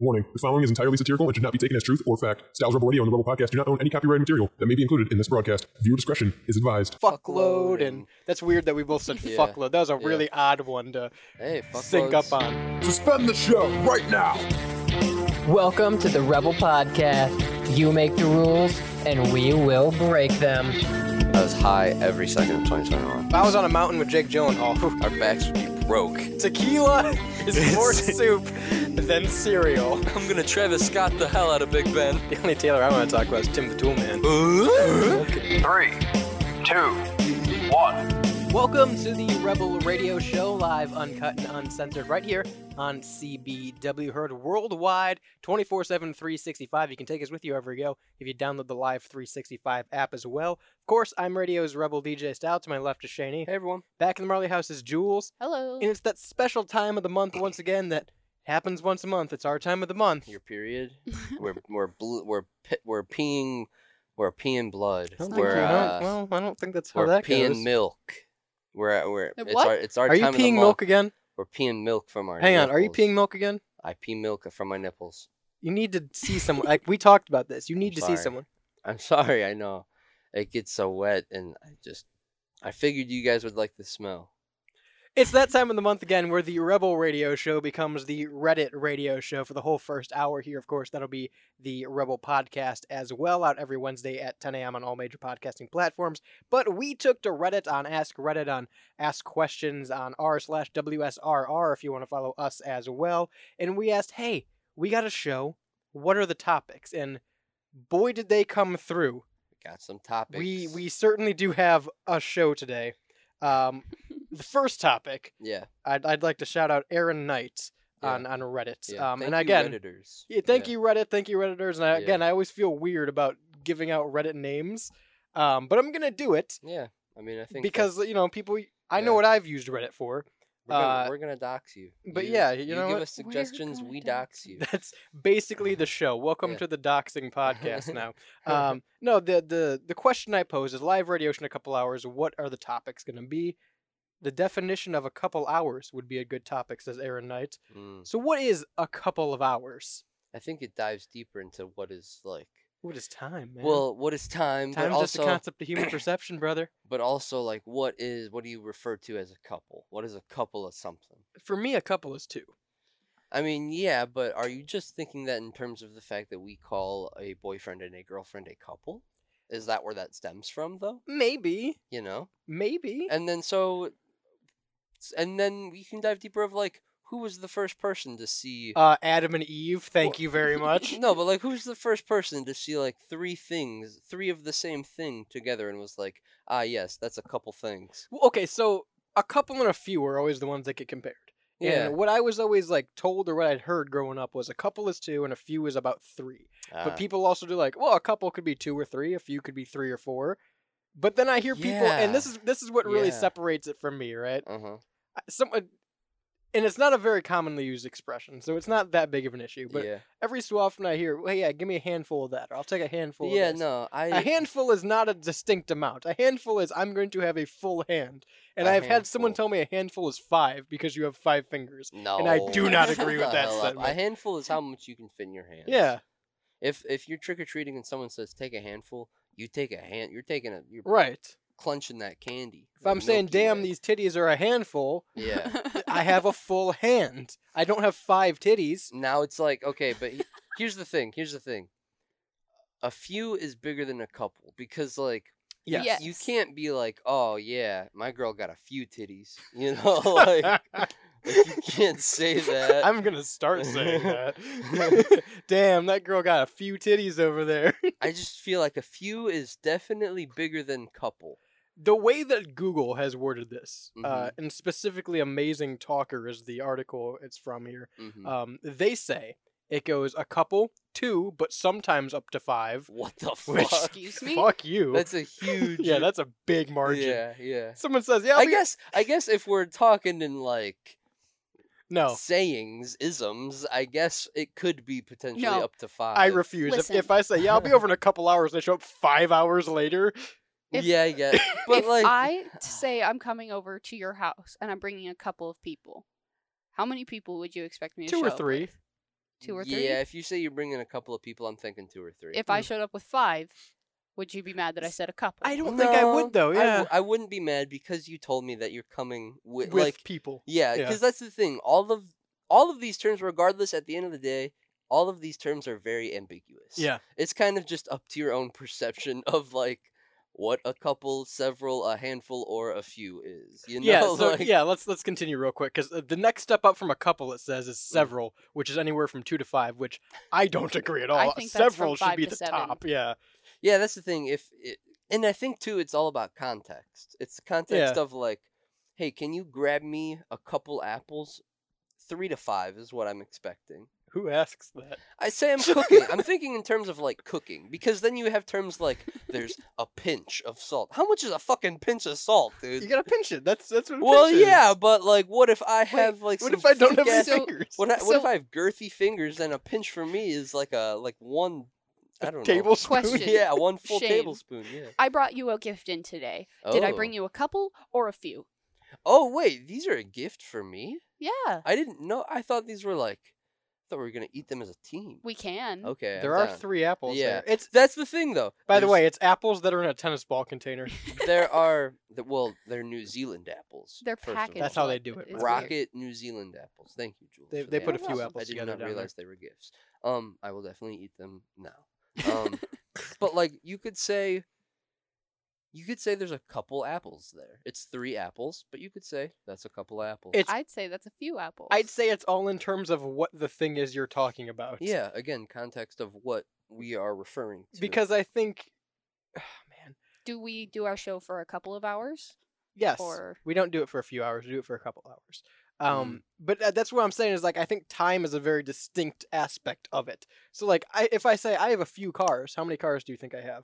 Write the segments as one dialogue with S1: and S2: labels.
S1: Warning, the following is entirely satirical and should not be taken as truth or fact. Styles Rebel Radio and the Rebel Podcast do not own any copyrighted material that may be included in this broadcast. Viewer discretion is advised.
S2: fuckload,
S3: Fuckload
S2: and that's weird that we both said
S3: Yeah.
S2: fuckload. That was a
S3: Yeah.
S2: really odd one to
S3: Hey, fuck
S2: sync
S3: loads.
S2: up on.
S4: Suspend the show right now.
S5: Welcome to the Rebel Podcast. You make the rules, and we will break them.
S3: I was high every second of 2021.
S2: If I was on a mountain with Jake Gyllenhaal,
S3: Our backs would be broke.
S2: tequila is more soup than cereal.
S3: I'm gonna Travis Scott the hell out of Big Ben.
S2: The only Taylor I want to talk about is Tim the Tool Man.
S4: Three, two, one.
S5: Welcome to the Rebel Radio Show, live, uncut, and uncensored, right here on CBW, heard worldwide, 24 7, 365. You can take us with you everywhere you go if you download the Live 365 app as well. Of course, I'm Radio's Rebel DJ Style. To my left is Shaney.
S3: Hey everyone.
S5: Back in the Marley House is Jules.
S6: Hello.
S5: And it's that special time of the month once again that happens once a month. It's our time of the month.
S3: Your period. we're we're bl- we're pe- we're peeing we're peeing blood.
S2: I don't think
S3: We're
S2: you- I don't-
S3: uh,
S2: well, I don't think that's how
S3: we're
S2: that
S3: peeing
S2: goes.
S3: milk. We're at- we're
S6: Wait,
S3: it's
S6: what?
S3: our it's our
S2: Are you
S3: time of the
S2: peeing
S3: month.
S2: milk again?
S3: We're peeing milk from our
S2: Hang on, are you
S3: nipples.
S2: peeing milk again?
S3: I pee milk from my nipples.
S2: You need to see someone. Like we talked about this. You need to
S3: sorry.
S2: see someone.
S3: I'm sorry, I know. It gets so wet and I just I figured you guys would like the smell.
S2: It's that time of the month again where the Rebel Radio Show becomes the Reddit Radio Show for the whole first hour here. Of course, that'll be the Rebel Podcast as well, out every Wednesday at 10 a.m. on all major podcasting platforms. But we took to Reddit on Ask Reddit, on Ask Questions, on r slash WSRR if you want to follow us as well. And we asked, hey, we got a show. What are the topics? And boy, did they come through.
S3: Got some topics.
S2: We we certainly do have a show today. Um, the first topic,
S3: yeah.
S2: I'd, I'd like to shout out Aaron Knight
S3: Yeah.
S2: on on Reddit.
S3: Yeah,
S2: Um,
S3: thank
S2: and
S3: you,
S2: again,
S3: Redditors.
S2: yeah, thank
S3: Yeah.
S2: you Reddit, thank you Redditors. And I,
S3: Yeah.
S2: again, I always feel weird about giving out Reddit names, um, but I'm gonna do it
S3: Yeah, I mean, I think uh,
S2: because
S3: that's-
S2: you know people. I know
S3: yeah.
S2: what I've used Reddit for.
S3: we're gonna,
S2: uh,
S3: we're gonna dox you.
S2: but
S3: You-
S2: yeah, you know
S3: give
S2: what?
S3: us
S6: We're
S3: suggestions,
S6: gonna
S3: we
S6: dox
S3: dox you.
S2: That's basically the show. Welcome
S3: Yeah.
S2: to the doxing podcast now. Um, no, the the the question I pose is live radio show in a couple hours. What are the topics going to be? The definition of a couple hours would be a good topic, says Aaron Knight.
S3: Mm.
S2: So, what is a couple of hours?
S3: I think it dives deeper into what is like.
S2: What is time, man?
S3: Well, what is time?
S2: time's
S3: but also,
S2: just a concept of human perception, brother.
S3: but also like, what is? What do you refer to as a couple? What is a couple of something?
S2: For me, a couple is two.
S3: I mean, yeah, but are you just thinking that in terms of the fact that we call a boyfriend and a girlfriend a couple? Is that where that stems from, though?
S2: Maybe,
S3: You know,
S2: maybe.
S3: and then so, s- and then we can dive deeper of like, who was the first person to see?
S2: Uh, Adam and Eve. Thank you very much.
S3: No, but like, who's the first person to see like three things, three of the same thing together, and was like, ah, yes, that's a couple things.
S2: Well, okay, so a couple and a few are always the ones that get compared. Yeah.
S3: Yeah,
S2: And what I was always like told or what I'd heard growing up was a couple is two and a few is about three.
S3: Ah.
S2: But people also do like, well, a couple could be two or three, a few could be three or four. But then I hear people, and this
S3: Yeah.
S2: is this is what really
S3: Yeah.
S2: separates it from me, right?
S3: Uh-huh.
S2: I- Some, uh, and it's not a very commonly used expression, so it's not that big of an issue. But
S3: yeah,
S2: every so often I hear, well, yeah, give me a handful of that, or I'll take a handful.
S3: yeah,
S2: of this.
S3: no, I
S2: A handful is not a distinct amount. A handful is I'm going to have a full hand. And
S3: A
S2: I've had someone
S3: handful.
S2: tell me a handful is five because you have five fingers.
S3: no,
S2: I do
S6: not
S3: shut
S6: agree with
S3: the
S6: that
S3: hell up. A
S2: sentiment.
S3: handful is how much you can fit in your hands.
S2: Yeah,
S3: If if you're trick or treating and someone says take a handful, you take a hand. You're taking a. You're
S2: right.
S3: clenching that candy.
S2: If
S3: the
S2: I'm saying,
S3: Milky
S2: damn,
S3: Way."
S2: these titties are a handful,
S3: Yeah.
S2: I have a full hand. I don't have five titties.
S3: Now it's like okay, but he- here's the thing. Here's the thing. A few is bigger than a couple because like
S2: Yes.
S6: Yeah.
S3: you
S6: Yes.
S3: can't be like, oh yeah, my girl got a few titties. You know, like, uh, like, you can't say that.
S2: I'm going to start saying that. damn, that girl got a few titties over there.
S3: I just feel like a few is definitely bigger than couple.
S2: the way that Google has worded this, uh,
S3: Mm-hmm.
S2: and specifically Amazing Talker is the article it's from here.
S3: hmm
S2: Um, they say it goes a couple, two, but sometimes up to five.
S3: what the
S2: Which
S3: fuck?
S6: Excuse me?
S2: Fuck you.
S3: That's a huge.
S2: yeah, that's a big margin.
S3: yeah, yeah.
S2: Someone says, "Yeah,
S3: I
S2: we-
S3: guess I guess if we're talking in like
S2: no."
S3: sayings, isms, I guess it could be potentially
S6: No.
S3: up to five.
S2: I refuse. If,
S6: Listen.
S2: if I say, "Yeah, I'll be over in a couple hours," and I show up five hours later,
S6: If-
S3: yeah, I guess. But
S6: if
S3: like,
S6: I t- say I'm coming over to your house and I'm bringing a couple of people, how many people would you expect me to
S2: Two or
S6: show up
S2: three.
S6: with? two or three.
S3: Yeah, if you say you bring in a couple of people, I'm thinking two or three.
S6: If I showed up with five, would you be mad that I said a couple?
S2: I don't think I would though.
S3: No, I,
S2: Yeah,
S3: w- I wouldn't be mad because you told me that you're coming with,
S2: with
S3: like
S2: people.
S3: yeah,
S2: yeah.
S3: because that's the thing. All of all of these terms, regardless, at the end of the day, all of these terms are very ambiguous.
S2: Yeah,
S3: it's kind of just up to your own perception of like what a couple, several, a handful, or a few is. You know,
S2: yeah. So
S3: like,
S2: yeah, let's let's continue real quick because the next step up from a couple it says
S3: Mm.
S2: is several, which is anywhere from two to five, which I don't agree at all.
S6: I think that's from
S2: several should
S6: five
S2: be
S6: to
S2: the
S6: seven.
S2: top. Yeah,
S3: Yeah, that's the thing. If it, and I think too, it's all about context. It's the context of like, hey, can you grab me a couple apples? Three to five is what I'm expecting.
S2: who asks that?
S3: I say I'm cooking. I'm thinking in terms of like cooking because then you have terms like there's a pinch of salt. How much is a fucking pinch of salt,
S2: You
S3: dude?
S2: gotta pinch it. That's that's what. a
S3: Well,
S2: pinch is.
S3: yeah, but like, what if I have like
S2: What
S3: some
S2: if I don't have
S3: thick-ass-
S6: So-
S2: fingers?
S3: What, I, what if
S6: so-
S3: I have girthy fingers? Then a pinch for me is like a like one. I don't know.
S2: tablespoon.
S6: Question.
S3: Yeah, one full
S6: Shame.
S3: tablespoon. Yeah.
S6: I brought you a gift in today. Did I
S3: Oh.
S6: bring you a couple or a few?
S3: Oh wait, these are a gift for me.
S6: Yeah,
S3: I didn't know. I thought these were like. I thought we were gonna eat them as a team.
S6: we can.
S3: Okay. I'm
S2: There are
S3: down.
S2: three apples.
S3: Yeah.
S2: there. It's
S3: That's the thing, though.
S2: by the
S3: There's-
S2: way, it's apples that are in a tennis ball container.
S3: there are the, well, they're New Zealand apples.
S6: They're
S3: first of
S6: packaged.
S3: all.
S2: That's how
S6: like-
S2: they do it.
S6: it's
S2: weird.
S3: Rocket New Zealand apples. Thank you, Jules.
S2: They-
S3: for
S2: they
S3: the
S2: put
S6: a few
S2: apples
S3: I did
S2: together
S3: not
S2: down there.
S3: realize they were gifts. Um, I will definitely eat them now. Um, but like you could say, you could say there's a couple apples there. It's three apples, but you could say that's a couple apples.
S2: It's-
S6: I'd say that's a few apples.
S2: I'd say it's all in terms of what the thing is you're talking about.
S3: yeah. Again, context of what we are referring to.
S2: Because I think, man,
S6: do we do our show for a couple of hours?
S2: yes,
S6: Or-
S2: we don't do it for a few hours. We do it for a couple hours. Um, but uh, that's what I'm saying is like I think time is a very distinct aspect of it. So like, I if I say I have a few cars, how many cars do you think I have?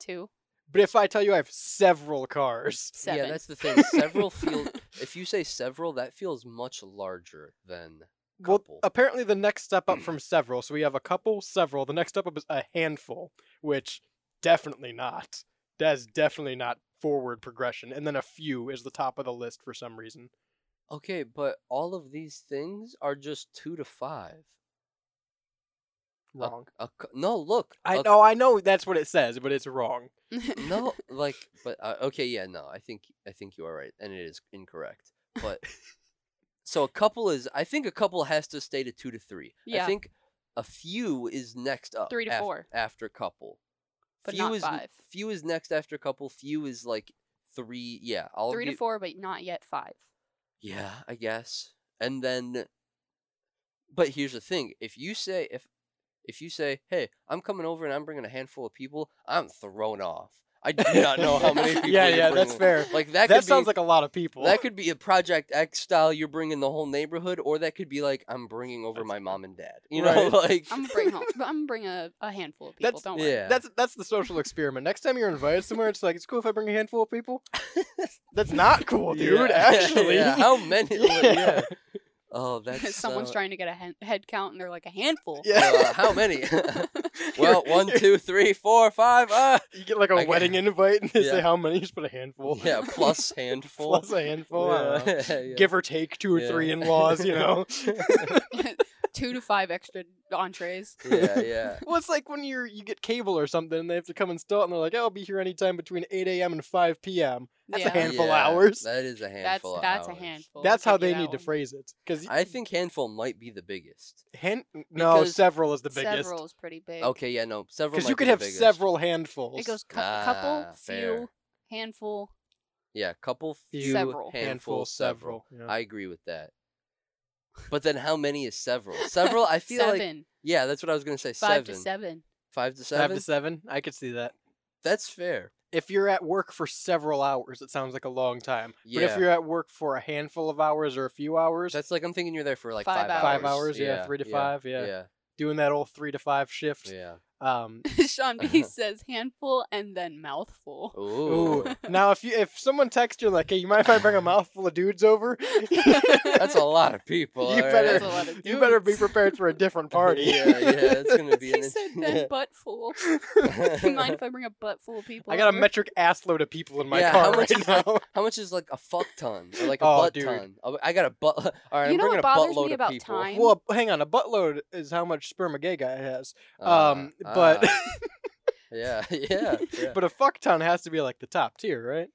S6: Two,
S2: But if I tell you I have several cars,
S6: seven.
S3: yeah, that's the thing. Several feel. If you say several, that feels much larger than Couple.
S2: Well, apparently the next step up from several. So we have a couple, several. The next step up is a handful, which definitely not. That's definitely not forward progression. And then a few is the top of the list for some reason.
S3: Okay, but all of these things are just two to five. A-
S2: Wrong.
S3: a c- no, look.
S2: I
S3: a-
S2: know, I know that's what it says, but it's wrong.
S3: No, like, but uh, okay, yeah, no. I think I think you are right, and it is incorrect. But so a couple is. I think a couple has to stay to two to three. I
S6: Yeah.
S3: think a few is next up.
S6: Three to
S3: af-
S6: four.
S3: after couple.
S6: But
S3: few
S6: not
S3: is n-
S6: five.
S3: Few is next after couple. Few is like three. Yeah, I'll
S6: Three to
S3: gi-
S6: four, but not yet five.
S3: Yeah, I guess. And then but here's the thing. If you say if if you say, "Hey, I'm coming over and I'm bringing a handful of people," I'm thrown off. I do not know how many people.
S2: yeah,
S3: you're
S2: yeah, that's
S3: bringing.
S2: fair.
S3: Like that.
S2: That
S3: could
S2: sounds
S3: be,
S2: like a lot of people.
S3: that could be a Project X style. You're bringing the whole neighborhood, or that could be like I'm bringing over my mom and dad. You know,
S2: Right.
S3: like
S6: I'm gonna bring home. I'm gonna bring a, a handful of people.
S2: That's-
S6: don't worry.
S3: yeah.
S2: That's that's the social experiment. Next time you're invited somewhere, it's like it's cool if I bring a handful of people. That's not cool, dude.
S3: Yeah,
S2: Actually,
S3: yeah, how many?
S2: Yeah.
S3: yeah. Oh, that's
S6: Someone's
S3: so-
S6: trying to get a hen- head count, and they're like a handful.
S2: Yeah.
S3: Uh, how many? well, one, two, three, four, five. Uh,
S2: You get like a
S3: I get-
S2: wedding invite and they say
S3: Yeah.
S2: how many? You just put a handful.
S3: yeah, plus handful.
S2: Plus a handful. I don't know.
S3: Yeah.
S2: Give or take two or
S3: Yeah.
S2: three in laws, you know?
S6: Two to five extra entrees.
S3: yeah, yeah.
S2: well, it's like when you're you get cable or something and they have to come install it and they're like, "Oh, I'll be here anytime between 8 a.m. and 5 p.m. That's a
S6: yeah.
S2: handful
S3: Yeah,
S2: hours.
S3: That is a
S6: That's
S3: handful. of
S6: that's a
S3: hours.
S6: handful.
S2: That's
S6: I'll
S2: how
S6: give
S2: they
S6: you that
S2: need to
S6: one.
S2: phrase it. Because
S3: I think handful might be the biggest.
S2: hand, no,
S3: because
S2: several is the biggest.
S6: Several is pretty big.
S3: Okay, yeah, no, several.
S2: Because you
S3: might
S2: could
S3: be the
S2: have
S3: biggest.
S2: several handfuls.
S6: It goes cou-
S3: Ah,
S6: couple,
S3: fair.
S6: few, handful.
S3: Yeah, couple, few, handful,
S6: Several.
S2: handful,
S3: several.
S2: several. yeah.
S3: I agree with that. But then, how many is several? Several. I feel like
S6: Seven.
S3: yeah, that's what I was gonna say.
S6: Five
S3: seven.
S6: to seven.
S3: Five to seven.
S2: Five to seven. I could see that.
S3: That's fair.
S2: If you're at work for several hours, it sounds like a long time.
S3: Yeah.
S2: But if you're at work for a handful of hours or a few hours,
S3: That's like I'm thinking you're there for like
S6: Five
S3: five,
S6: hours.
S2: five hours, yeah, three to five, yeah.
S3: yeah,
S2: doing that old three to five shift.
S3: yeah.
S2: Um,
S6: Sean
S3: Uh-huh.
S6: B says handful and then mouthful.
S3: Ooh.
S2: ooh. now, if you if someone texts you like, "Hey, you mind if I bring a mouthful of dudes over?"
S3: That's a lot of people.
S2: you
S3: all
S2: better
S6: That's a lot of
S2: you better be
S6: dudes.
S2: prepared for a different party.
S3: yeah, yeah, it's gonna be
S6: he
S3: an
S6: said
S3: interesting-
S6: then butt full. you mind if I bring a butt full of people?
S2: I got a
S6: over?
S2: metric ass load of people in my
S3: Yeah,
S2: car
S3: how much
S2: right
S3: is-
S2: now.
S3: How much is like a fuck ton? Or like a
S2: Oh,
S3: butt
S2: dude.
S3: ton? I- I got a butt. All right,
S6: You
S3: I'm
S6: know
S3: bringing
S6: what
S3: a
S6: bothers
S3: buttload
S6: me
S3: of
S6: about
S3: people.
S6: time?
S2: well, hang on. A buttload is how much sperm a gay guy has.
S3: Uh,
S2: um, but
S3: uh, yeah, yeah, yeah. But,
S2: but a fuck ton has to be like the top tier, right?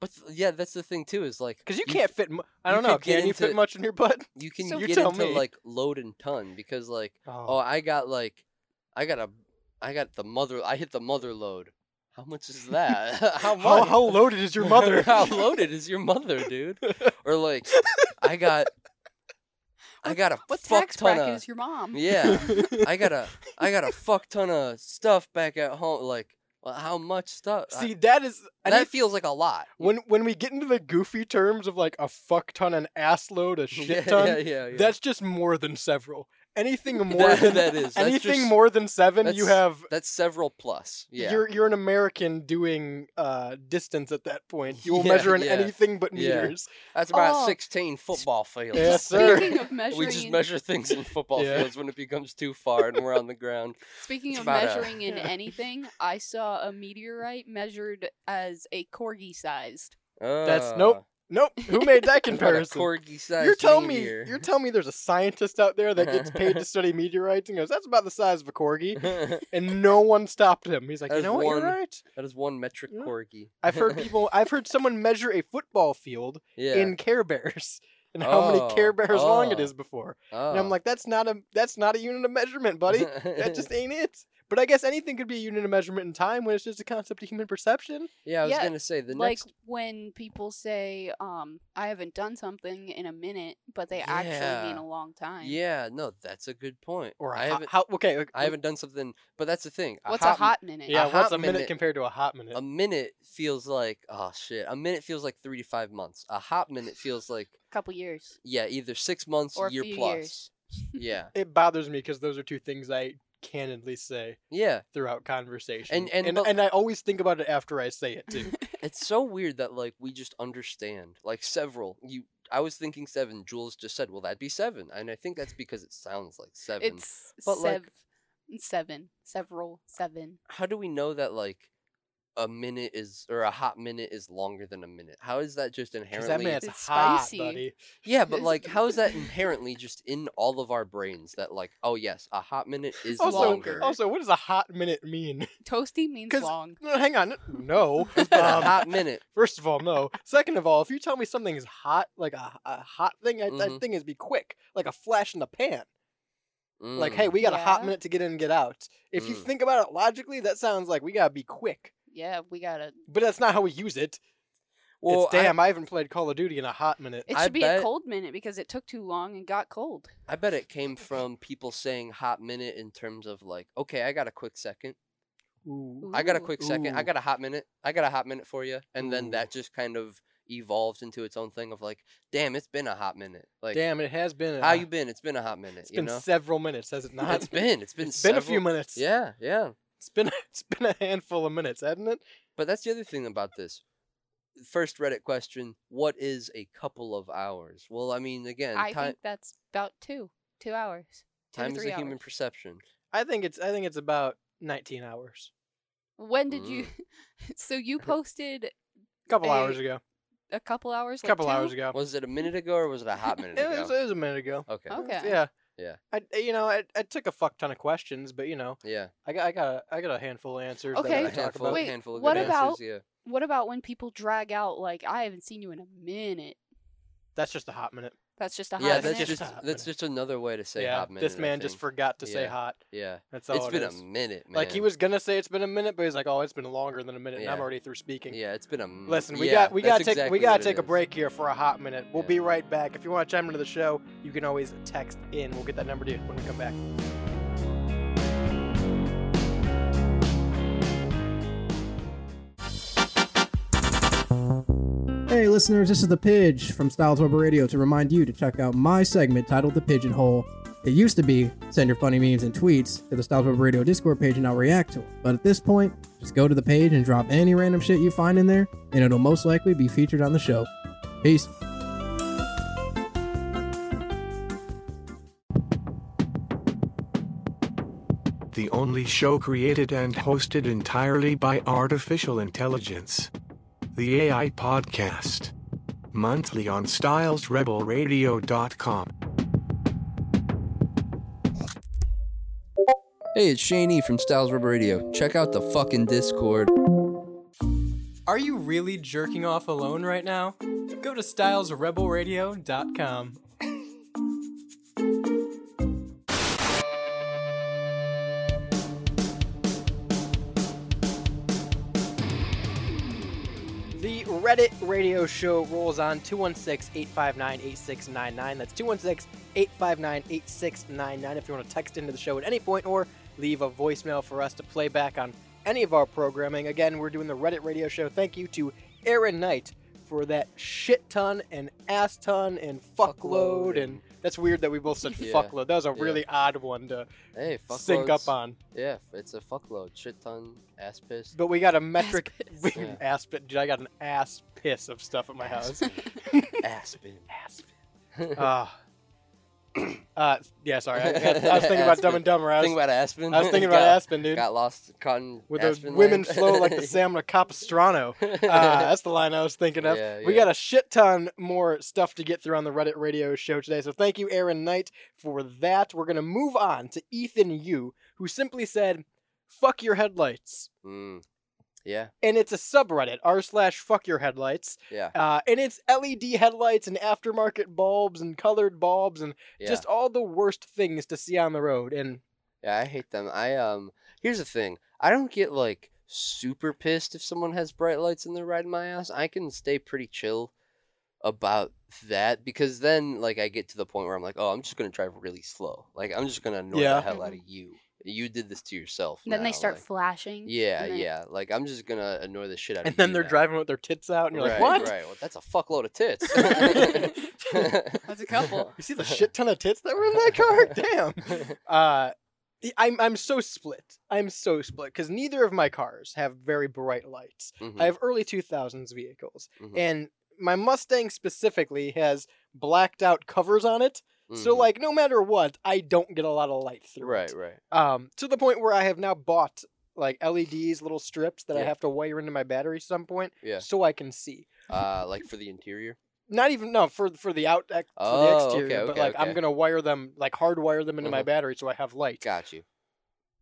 S3: th- yeah, that's the thing too. Is like
S2: Because you can't fit. Mu- I
S3: you
S2: don't know.
S3: could get
S2: Can you fit
S3: into-
S2: much in your butt?
S3: You can
S2: So you
S3: get
S2: tell
S3: into
S2: me.
S3: like load and ton because like oh I got like I got a I got the mother I hit the mother load. How much is that? how much?
S2: how, how loaded is your mother?
S3: How loaded is your mother, dude? Or like, I got, I got a
S6: What
S3: fuck
S6: tax
S3: ton
S6: bracket
S3: of
S6: is your mom?
S3: yeah. I got a I got a fuck ton of stuff back at home. Like, well, how much stuff? I-
S2: See, that is
S3: that
S2: and I-
S3: feels like a lot.
S2: when when we get into the goofy terms of like a fuck ton, an ass load, a shit
S3: yeah,
S2: ton.
S3: yeah, yeah, yeah.
S2: That's just more than several. Anything more
S3: That-
S2: than
S3: that is. That's
S2: anything
S3: just-
S2: more than seven, you
S3: that's-
S2: have
S3: that's several plus. Yeah.
S2: you're you're an American doing uh, distance at that point. You will
S3: Yeah,
S2: measure in
S3: yeah.
S2: anything but
S3: Yeah.
S2: meters.
S3: That's about
S6: Oh.
S3: 16 football fields.
S2: Yes, sir.
S6: Speaking of measuring,
S3: We just measure things in football
S2: Yeah.
S3: fields when it becomes too far and we're on the ground.
S6: speaking
S3: it's
S6: of
S3: about uh, a-
S6: measuring in anything, I saw a meteorite measured as a corgi sized.
S2: That's-
S3: Uh,
S2: nope, Nope. Who made that
S3: what a
S2: comparison?
S3: corgi-sized
S2: You're telling
S3: meteor.
S2: me you're telling me there's a scientist out there that gets paid to study meteorites and goes, That's about the size of a corgi and no one stopped him. He's like, You
S3: As
S2: know what,
S3: one-
S2: you're right.
S3: that is one metric
S2: Yeah.
S3: corgi.
S2: I've heard people I've heard someone measure a football field
S3: yeah.
S2: in Care Bears and how many Care
S3: Oh,
S2: Bears long it
S3: oh,
S2: is before. And I'm like, that's not a that's not a unit of measurement, buddy. that just ain't it. But I guess anything could be a unit of measurement in time when it's just a concept of human perception.
S3: yeah, I was
S6: Yeah,
S3: gonna say the
S6: like
S3: next.
S6: when people say, um, I haven't done something in a minute, but they actually mean
S3: Yeah.
S6: a long time.
S3: Yeah, no, that's a good point.
S2: Or a
S3: I
S2: ho-
S3: haven't,
S2: how okay, like,
S3: I haven't done something, but that's the thing.
S6: What's a hot minute?
S2: Yeah,
S3: a
S2: what's
S3: hot
S2: a minute,
S3: minute-
S2: compared to a hot minute?
S3: A minute feels like oh shit. A minute feels like three to five months. A hot minute feels like
S6: couple years.
S3: yeah, either six months,
S6: Or a
S3: year
S6: few
S3: plus.
S6: years.
S3: Yeah,
S2: it bothers me because those are two things I candidly say
S3: yeah.
S2: throughout conversation.
S3: And- and
S2: and,
S3: but-
S2: I always think about it after I say it too.
S3: It's so weird that like we just understand like several. You, I was thinking seven. Jules just said, "Well, that'd be seven. and I think that's because it sounds like seven.
S6: It's
S3: But, like-
S6: sev- mm, seven, several, seven.
S3: how do we know that like a minute is or a hot minute is longer than a minute? How is that just
S2: 'Cause
S3: inherently?
S2: that man's
S6: It's
S2: hot,
S6: spicy.
S2: buddy.
S3: Yeah, but like, how is that inherently just in all of our brains that like, oh yes, a hot minute is
S2: Also,
S3: longer.
S2: also, what does a hot minute mean?
S6: Toasty means
S2: 'Cause-
S6: long.
S2: No, hang on, no.
S3: But a
S2: Um,
S3: hot minute.
S2: First of all, no. Second of all, if you tell me something is hot, like a, a hot thing, I, that
S3: Mhm.
S2: thing is be quick, like a flash in the pan. Like, hey,
S3: Mm,
S2: we got a hot
S6: Yeah.
S2: minute to get in and get out. If you
S3: Mm.
S2: think about it logically, that sounds like we gotta be quick.
S6: Yeah, we gotta.
S2: But that's not how we use it.
S3: well,
S2: it's damn, I, haven't played Call of Duty in a hot minute.
S6: It should
S3: I
S6: be
S3: bet-
S6: a cold minute because it took too long and got cold.
S3: I, I bet it came from people saying hot minute in terms of like, okay, I got a quick second.
S2: Ooh.
S3: I got a
S6: Ooh.
S3: quick second. I
S2: Ooh.
S3: got a hot minute. I got a hot minute for you. And then
S2: Ooh.
S3: that just kind of evolved into its own thing of like, damn, it's been a hot minute. Like,
S2: damn, it has been. A,
S3: how you been? It's been a hot minute.
S2: it's
S3: you
S2: been
S3: know,
S2: several minutes, has it not?
S3: it's been. It's been.
S2: It's been a few
S3: several-
S2: minutes.
S3: Yeah, yeah.
S2: It's been it's been a handful of minutes, hasn't it?
S3: But that's the other thing about this. First Reddit question: What is a couple of hours? Well, I mean, again,
S6: I
S3: time
S6: think that's about two, two hours. Two to
S3: time is
S6: three
S3: a human
S6: hours.
S3: perception.
S2: I think it's I think it's about nineteen hours.
S6: When did you?
S3: Mm.
S6: so you posted
S2: A couple
S6: Hey,
S3: Eh,
S2: hours ago.
S6: a couple hours.
S2: A
S6: like
S2: couple
S6: two?
S2: hours ago.
S3: Was it a minute ago or was it a hot minute
S2: It was,
S3: ago?
S2: it was a minute ago.
S3: Okay.
S6: Oh.
S2: It's-
S6: Okay.
S2: Yeah.
S3: Yeah.
S2: I I- you know I, I took a fuck ton of questions, but you know
S3: Yeah.
S2: I got I got a, I got a handful of answers.
S6: Okay.
S2: That I
S3: A
S2: talk
S3: handful,
S2: about.
S6: Wait,
S3: handful of
S6: what
S3: good
S6: about-
S3: answers. Yeah.
S6: What about when people drag out like I haven't seen you in a minute?
S2: That's just a hot minute.
S6: That's just a hot
S3: Yeah,
S6: minute.
S3: that's
S2: minute.
S3: just
S2: Hot minute.
S3: that's just another way to say
S2: yeah.
S3: hot minute.
S2: this
S3: I
S2: man just
S3: think.
S2: forgot to say
S3: Yeah.
S2: hot.
S3: Yeah.
S2: That's all.
S3: It's
S2: it
S3: been a
S2: is.
S3: minute, man.
S2: Like he was gonna say it's been a minute, but he's like, oh, it's been longer than a minute, and I'm
S3: Yeah.
S2: already through speaking.
S3: Yeah, it's been a. m-
S2: Listen, we
S3: Mm-hmm. yeah,
S2: got we
S3: that's
S2: gotta take
S3: exactly
S2: we gotta
S3: what it
S2: take a
S3: is.
S2: break here for a hot minute. We'll
S3: Yeah.
S2: be right back. If you want to chime into the show, you can always text in. We'll get that number to you when we come back.
S7: Hey, listeners, this is The Pidge from Styles Rubber Radio to remind you to check out my segment titled The Pigeonhole. It used to be send your funny memes and tweets to the Stop Up Radio Discord page and I'll react to them. But at this point, just go to the page and drop any random shit you find in there, and it'll most likely be featured on the show. Peace.
S8: the only show created and hosted entirely by artificial intelligence. The AI Podcast. Monthly on StylesRebelRadio.com.
S3: Hey, it's Shane E from Styles Rubber Radio. Check out the fucking Discord.
S5: Are you really jerking off alone right now? Go to stylesrebelradio.com.
S2: The Reddit radio show rolls on 216 859 8699. That's 216 859 8699 if you want to text into the show at any point or leave a voicemail for us to play back on any of our programming. Again, we're doing the Reddit radio show. Thank you to Aaron Knight for that shit ton and ass ton and fuckload.
S3: Fuckload.
S2: And that's weird that we both said
S3: Yeah,
S2: fuckload. That was a
S3: yeah.
S2: really odd one to
S3: Hey, fuck
S2: sync up on.
S3: Yeah, it's a fuckload. Shit ton, ass piss.
S2: But we got a metric
S6: piss.
S2: we-
S3: Yeah.
S2: ass pit. I got an ass piss of stuff at my house.
S3: Aspen. Aspen.
S2: Ah. uh, yeah, sorry. I, I- I was thinking about Dumb and Dumber. I
S3: Think
S2: was,
S3: about Aspen.
S2: I was thinking about
S3: Got-
S2: Aspen, dude.
S3: Got lost cotton.
S2: Where the
S3: Aspen
S2: women
S3: land.
S2: flow like the Samla Capistrano. Ah, that's the line I was thinking of.
S3: Yeah,
S2: We
S3: yeah.
S2: got a shit ton more stuff to get through on the Reddit radio show today. So thank you, Aaron Knight, for that. We're going to move on to Ethan Yu, who simply said, fuck your headlights.
S3: Mm. Yeah,
S2: And it's a subreddit, r slash fuck your headlights.
S3: yeah,
S2: Uh, and it's LED headlights and aftermarket bulbs and colored bulbs and
S3: yeah.
S2: just all the worst things to see on the road. And
S3: Yeah, I hate them. I um here's the thing. I don't get like super pissed if someone has bright lights in their ride in my ass. I can stay pretty chill about that because then like I get to the point where I'm like, oh, I'm just gonna drive really slow. Like I'm just gonna annoy
S2: Yeah.
S3: the hell out of you. You did this to yourself.
S6: Then they
S3: now,
S6: start
S3: like-
S6: flashing.
S3: yeah,
S6: and then-
S3: yeah. Like I'm just gonna annoy the shit out of
S2: and
S3: you.
S2: then they're
S3: now.
S2: driving with their tits out, and you're like,
S3: right,
S2: what?
S3: Right. Well, that's a fuckload of tits.
S6: That's a couple.
S2: You see the shit ton of tits that were in that car? Damn.
S3: Mm-hmm,
S2: Uh, y- I'm I'm so split. I'm so split because neither of my cars have very bright lights.
S3: Mhm,
S2: I have early 2000s vehicles,
S3: mhm,
S2: and my Mustang specifically has blacked out covers on it. So
S3: mhm.
S2: like, no matter what, I don't get a lot of light through. it.
S3: right, right.
S2: um, to the point where I have now bought like LEDs, little strips that I
S3: Yeah.
S2: have to wire into my battery some point,
S3: Yeah.
S2: so I can see.
S3: Uh, like for the interior.
S2: Not even no for for the out ex- for the
S3: Oh,
S2: exterior,
S3: okay,
S2: but
S3: okay,
S2: like I'm
S3: okay.
S2: gonna wire them like hardwire them into my
S3: Uh-huh.
S2: battery so I have light.
S3: Got you.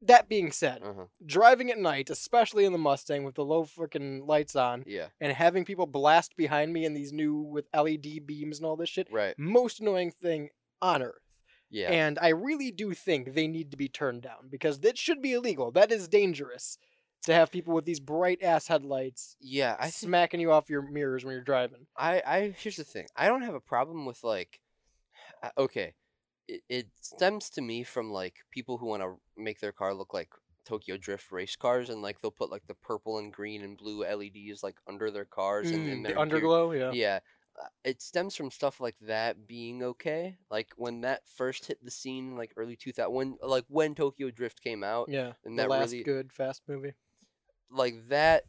S2: That being said,
S3: Uh-huh.
S2: driving at night, especially in the Mustang with the low freaking lights on,
S3: Yeah.
S2: and having people blast behind me in these new with LED beams and all this shit,
S3: Right.
S2: most annoying thing on earth.
S3: Yeah.
S2: And I really do think they need to be turned down because that should be illegal. That is dangerous to have people with these bright ass headlights
S3: Yeah, I think
S2: smacking you off your mirrors when you're driving.
S3: I, I here's the thing. I don't have a problem with like, I- okay, it, it stems to me from like people who want to make their car look like Tokyo Drift race cars, and like they'll put like the purple and green and blue LEDs like under their cars and,
S2: Mm,
S3: and
S2: the
S3: their interior-
S2: underglow, yeah.
S3: yeah uh, it stems from stuff like that being okay like when that first hit the scene like early 2000 when like when tokyo drift came out
S2: Yeah.
S3: and
S2: The
S3: that
S2: last
S3: really
S2: good fast movie.
S3: like that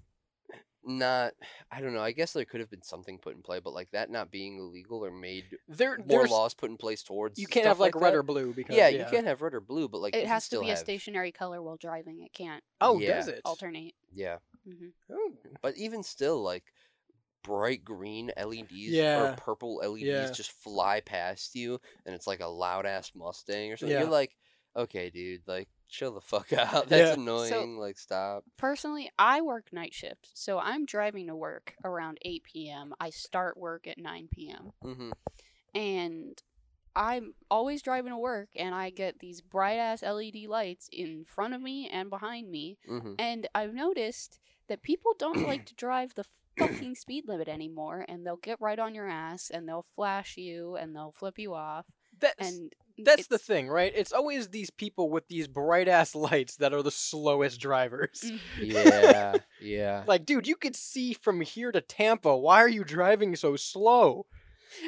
S3: not i don't know i guess there could have been something put in play but like that not being illegal or made
S2: There
S3: more
S2: there's
S3: laws put in place towards
S2: you can't
S3: stuff
S2: have like, red
S3: that.
S2: or blue because
S3: yeah, you can't have red or blue but like you
S6: It
S3: can
S6: has to
S3: still
S6: be a
S3: have-
S6: stationary color while driving. It can't
S2: Oh,
S3: Yeah. Mm.
S2: does it?
S6: alternate.
S3: yeah
S6: hmm
S2: Ooh.
S3: but even still like bright green LEDs
S2: Yeah.
S3: or purple LEDs
S2: Yeah.
S3: just fly past you and it's like a loud ass Mustang or something.
S2: Yeah.
S3: You're like, okay, dude, like chill the fuck out. That's
S2: Yeah.
S3: annoying. like stop.
S6: Personally, I work night shift, so I'm driving to work around 8 p.m. I start work at 9 p.m.
S3: hmm
S6: and I'm always driving to work, and I get these bright ass LED lights in front of me and behind me,
S3: hmm
S6: and I've noticed that people don't like to drive the fucking speed limit anymore, and they'll get right on your ass, and they'll flash you, and they'll flip you off,
S2: That's
S6: and
S2: that's the
S6: it's-
S2: thing, right? It's always these people with these bright ass lights that are the slowest drivers.
S6: Mm.
S3: Yeah, yeah.
S2: Like, dude, you could see from here to Tampa. Why are you driving so slow?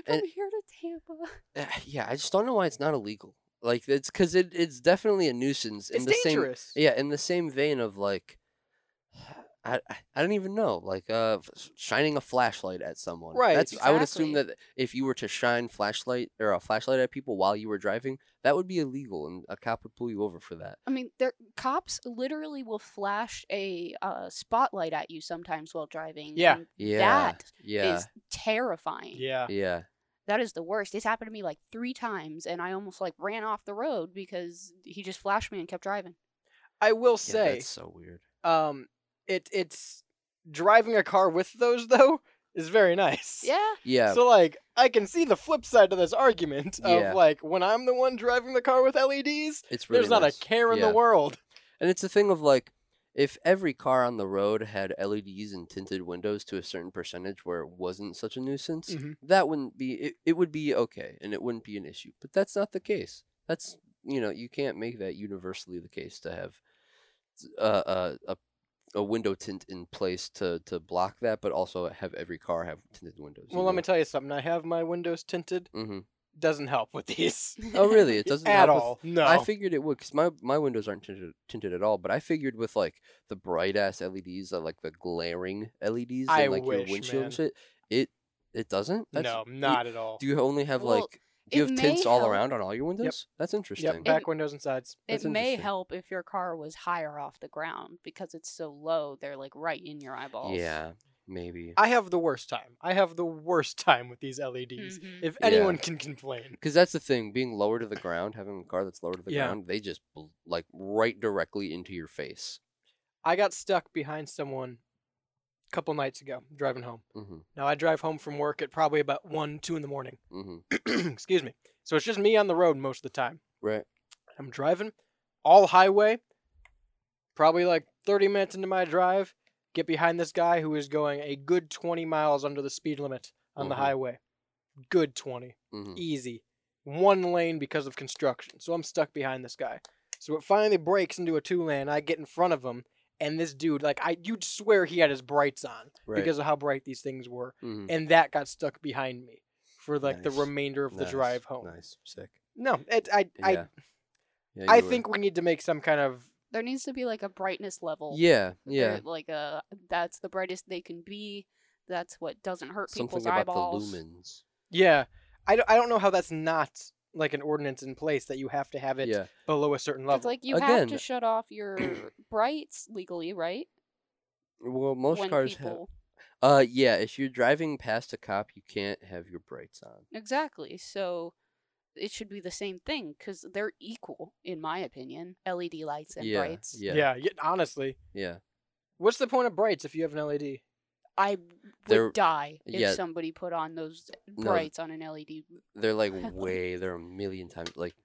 S6: from
S3: and-
S6: here to Tampa.
S3: Eh, Uh, Yeah, I just don't know why it's not illegal. Like it's because it, it's definitely a nuisance.
S2: It's
S3: in the Same,
S2: dangerous.
S3: yeah, in the same vein of like, I I- I don't even know. Like uh, f- shining a flashlight at someone.
S2: Right,
S3: That's I would assume
S6: exactly.
S3: that if you were to shine flashlight or a flashlight at people while you were driving, that would be illegal, and a cop would pull you over for that.
S6: I mean, there cops literally will flash a uh, spotlight at you sometimes while driving.
S2: Yeah.
S6: and
S3: Yeah.
S6: that is
S3: yeah.
S6: terrifying.
S2: Yeah.
S3: yeah.
S6: That is the worst. This happened to me like three times, and I almost like ran off the road because he just flashed me and kept driving.
S2: I will
S3: Yeah,
S2: say,
S3: that's so weird.
S2: um, it it's driving a car with those though is very nice.
S6: Yeah,
S3: Yeah.
S2: So like I can see the flip side to this argument of
S3: Yeah.
S2: like when I'm the one driving the car with LEDs,
S3: it's really
S2: there's not
S3: nice.
S2: a care in
S3: Yeah.
S2: the world.
S3: And it's a thing of like, if every car on the road had LEDs and tinted windows to a certain percentage where it wasn't such a nuisance,
S2: Mhm.
S3: that wouldn't be, it, it would be okay and it wouldn't be an issue. But that's not the case. That's, you know, you can't make that universally the case to have uh, uh, a, a window tint in place to, to block that, but also have every car have tinted windows.
S2: Well, let me tell you something. I have my windows tinted.
S3: hmm
S2: Doesn't help with these
S3: Oh, really? It doesn't
S2: at
S3: help with-
S2: all. No.
S3: I figured it would because my, my windows aren't tinted, tinted at all. But I figured with like the bright ass LEDs, uh, like the glaring LEDs,
S2: I
S3: and, like
S2: wish,
S3: your windshield
S2: man.
S3: and shit, it it doesn't.
S2: no,
S3: you-
S2: not at all.
S3: Do you only have
S6: Well,
S3: like do you
S6: it
S3: have
S6: may
S3: tints all
S6: help-
S3: around on all your windows? That's interesting.
S2: Yep, back windows and sides.
S6: it
S3: That's
S6: may
S3: interesting.
S6: help if your car was higher off the ground because it's so low. They're like right in your eyeballs.
S3: Yeah, maybe
S2: I have the worst time. I have the worst time with these LEDs.
S6: Mhm.
S2: If
S3: Yeah.
S2: anyone can complain.
S3: because that's the thing. Being lower to the ground, having a car that's lower to the
S2: Yeah.
S3: ground, they just bl- like right directly into your face.
S2: I got stuck behind someone a couple nights ago driving home.
S3: Mhm,
S2: Now I drive home from work at probably about 1 2 in the morning.
S3: mhm.
S2: Excuse me. So it's just me on the road most of the time.
S3: Right.
S2: I'm driving all highway, probably like 30 minutes into my drive, get behind this guy who is going a good 20 miles under the speed limit on the
S3: Mhm.
S2: highway. Good 20.
S3: hmm
S2: Easy. One lane because of construction. So I'm stuck behind this guy. So it finally breaks into a two lane. I get in front of him and this dude like I you'd swear he had his brights on
S3: Right.
S2: because of how bright these things were
S3: hmm
S2: and that got stuck behind me for like the
S3: Nice.
S2: remainder of the drive home.
S3: Nice, sick.
S2: No, it, I I
S3: Yeah. Yeah,
S2: I
S3: you were-
S2: think we need to make some kind of
S6: there needs to be like a brightness level.
S3: Yeah,
S6: They're,
S3: yeah.
S6: like a that's the brightest they can be. That's what doesn't hurt
S3: Something
S6: people's
S3: about
S6: eyeballs.
S3: the lumens.
S2: yeah. I don't, I don't know how that's not like an ordinance in place that you have to have it
S3: Yeah,
S2: below a certain
S6: It's
S2: level.
S6: like you have
S3: Again-
S6: to shut off your brights legally, right?
S3: well, most
S6: when
S3: cars have.
S6: people
S3: Uh, yeah. If you're driving past a cop, you can't have your brights on.
S6: exactly. So it should be the same thing because they're equal, in my opinion. LED lights and
S3: yeah,
S6: brights.
S3: yeah, yeah,
S2: yeah. y honestly,
S3: yeah,
S2: what's the point of brights if you have an LED?
S6: I would
S3: They're-
S6: die if
S3: yeah.
S6: somebody put on those
S3: No.
S6: brights on an E LED. You
S3: They're like way. They're a million times like.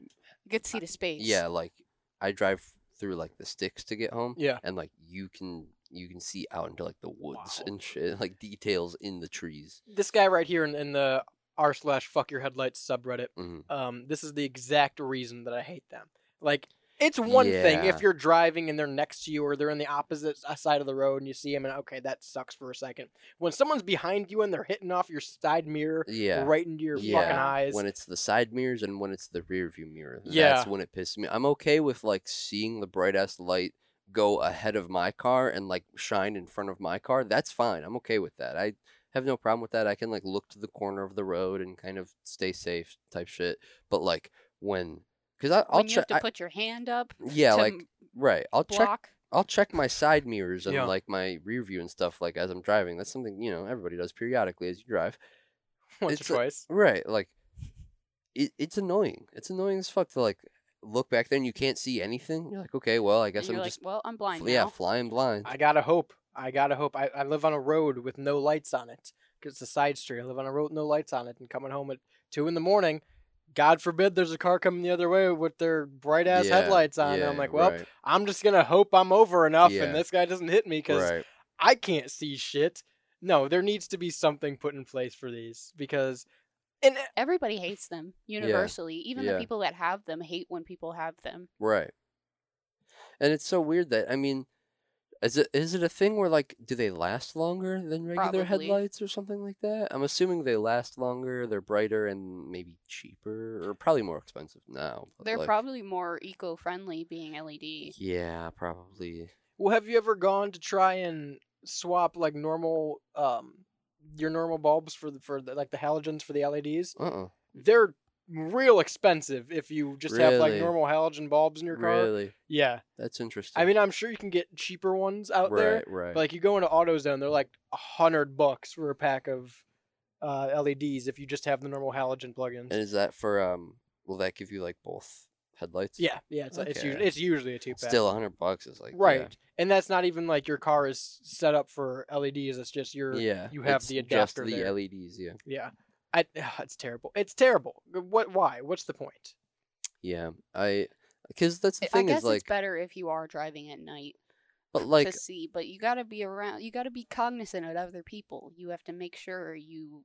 S6: could see the space.
S3: Yeah, like I drive through like the sticks to get home,
S2: Yeah.
S3: and like you can you can see out into like the woods
S2: Wow.
S3: and shit, like details in the trees.
S2: This guy right here in, in the r slash fuck your headlights subreddit.
S3: Mhm.
S2: Um, this is the exact reason that I hate them. Like it's one thing
S3: Yeah.
S2: if you're driving and they're next to you or they're in the opposite s- side of the road and you see them and okay that sucks for a second. When someone's behind you and they're hitting off your side mirror
S3: Yeah.
S2: right into your fucking
S3: Yeah,
S2: eyes,
S3: when it's the side mirrors and when it's the rear view mirror.
S2: Yeah.
S3: That's when it pisses me. I'm okay with like seeing the bright ass light go ahead of my car and like shine in front of my car. That's fine. I'm okay with that. I have no problem with that. I can like look to the corner of the road and kind of stay safe type shit. But like when cuz I I'll
S6: When you
S3: check
S6: have to put your hand up
S3: Yeah,
S6: to
S3: like
S6: m-
S3: right. I'll check
S6: block.
S3: I'll check my side mirrors and
S2: Yeah.
S3: like my rear view and stuff like as I'm driving. That's something, you know, everybody does periodically as you drive.
S2: once
S3: it's
S2: or
S3: like-
S2: twice.
S3: Right, like it, it's annoying. It's annoying as fuck to like look back there and you can't see anything. You're like, okay, well, I
S6: and
S3: guess
S6: you're
S3: I'm
S6: like,
S3: just
S6: well, I'm blind
S3: fl- yeah,
S6: now.
S3: flying blind.
S2: I gotta hope. I gotta hope. I, I live on a road with no lights on it because it's a side street. I live on a road with no lights on it, and coming home at two in the morning, God forbid, there's a car coming the other way with their bright ass
S3: Yeah,
S2: headlights on. and I'm
S3: yeah,
S2: like, well,
S3: right,
S2: I'm just gonna hope I'm over enough
S3: Yeah.
S2: and this guy doesn't hit me because
S3: right.
S2: I can't see shit. No, there needs to be something put in place for these because, and uh,
S6: Everybody hates them universally. Even
S3: Yeah.
S6: the people that have them hate when people have them.
S3: Right. And it's so weird that I mean, Is it is it a thing where like do they last longer than regular
S6: Probably.
S3: headlights or something like that? I'm assuming they last longer, they're brighter and maybe cheaper or probably more expensive now. but,
S6: They're
S3: like,
S6: probably more eco-friendly being E LED.
S3: Yeah, probably.
S2: Well, have you ever gone to try and swap like normal um your normal bulbs for the, for the, like the halogens for the E LEDs?
S3: Uh uh
S2: They're real expensive if you just have like
S3: Really?
S2: normal halogen bulbs in your car.
S3: Really?
S2: Yeah.
S3: That's interesting.
S2: I mean, I'm sure you can get cheaper ones out
S3: right,
S2: there.
S3: right.
S2: But, like you go into AutoZone, they're like a hundred bucks for a pack of uh, LEDs if you just have the normal halogen plugins.
S3: and is that for um will that give you like both headlights?
S2: yeah, yeah, it's it's, usually,
S3: Okay.
S2: it's usually a two pack.
S3: Still a hundred bucks is like yeah.
S2: right, and that's not even like your car is set up for LEDs. It's just your
S3: Yeah.
S2: you have
S3: it's
S2: the
S3: just
S2: adapter
S3: the E
S2: there.
S3: LEDs, yeah.
S2: yeah. I, it's terrible. It's terrible. What? Why? What's the point?
S3: Yeah. I because that's the
S6: I- I
S3: thing
S6: guess
S3: is like
S6: it's better if you are driving at night
S3: but like
S6: to see, but you got to be around. You got to be cognizant of other people. You have to make sure you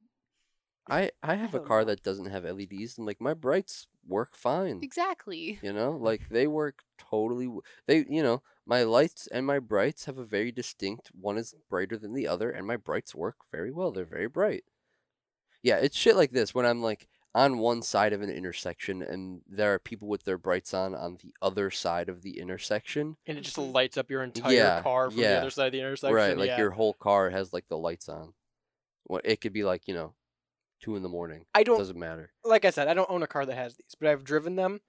S3: I I have a
S6: don't
S3: car
S6: know.
S3: that doesn't have LEDs, and like my brights work fine.
S6: exactly.
S3: You know, like they work totally. W- they you know my lights and my brights have a very distinct. One is brighter than the other, and my brights work very well. They're very bright. Yeah, it's shit like this when I'm like on one side of an intersection and there are people with their brights on on the other side of the intersection.
S2: And it just
S6: Mhm.
S2: lights up your entire
S3: Mm-hmm. Yeah,
S2: car from the
S3: yeah.
S2: other side of the intersection.
S3: right, like
S2: yeah.
S3: your whole car has like the lights on. What it could be like, you know, two in the morning.
S2: I don't
S3: Doesn't matter.
S2: like I said, I don't own a car that has these, but I've driven them.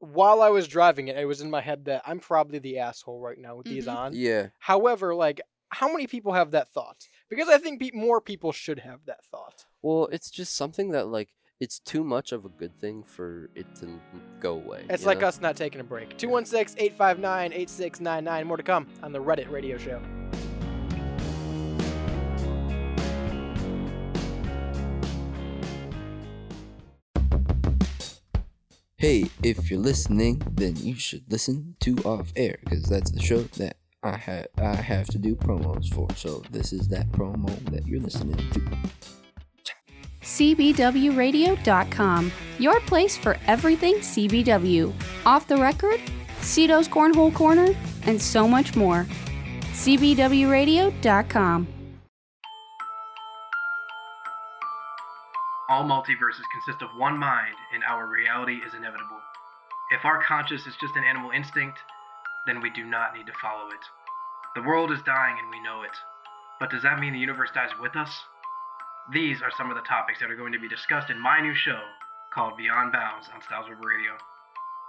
S2: While I was driving it, it was in my head that I'm probably the asshole right now with these
S3: Mm-hmm.
S6: Mhm.
S2: on.
S3: Yeah.
S2: However, like, how many people have that thought? Because I think pe- more people should have that thought.
S3: Well, it's just something that like it's too much of a good thing for it to n- go away.
S2: It's
S3: you
S2: like
S3: know?
S2: us not taking a break. 216 859 8699. More to come on the Reddit radio show.
S9: Hey, if you're listening, then you should listen to Off Air because that's the show that I ha- I have to do promos for. So this is that promo that you're listening to.
S6: CBWRadio.com, your place for everything CBW. Off the record, Cito's Cornhole Corner, and so much more. CBWRadio.com.
S10: All multiverses consist of one mind, and our reality is inevitable. If our conscience is just an animal instinct, then we do not need to follow it. The world is dying and we know it. But does that mean the universe dies with us? These are some of the topics that are going to be discussed in my new show called Beyond Bounds on Styles River Radio.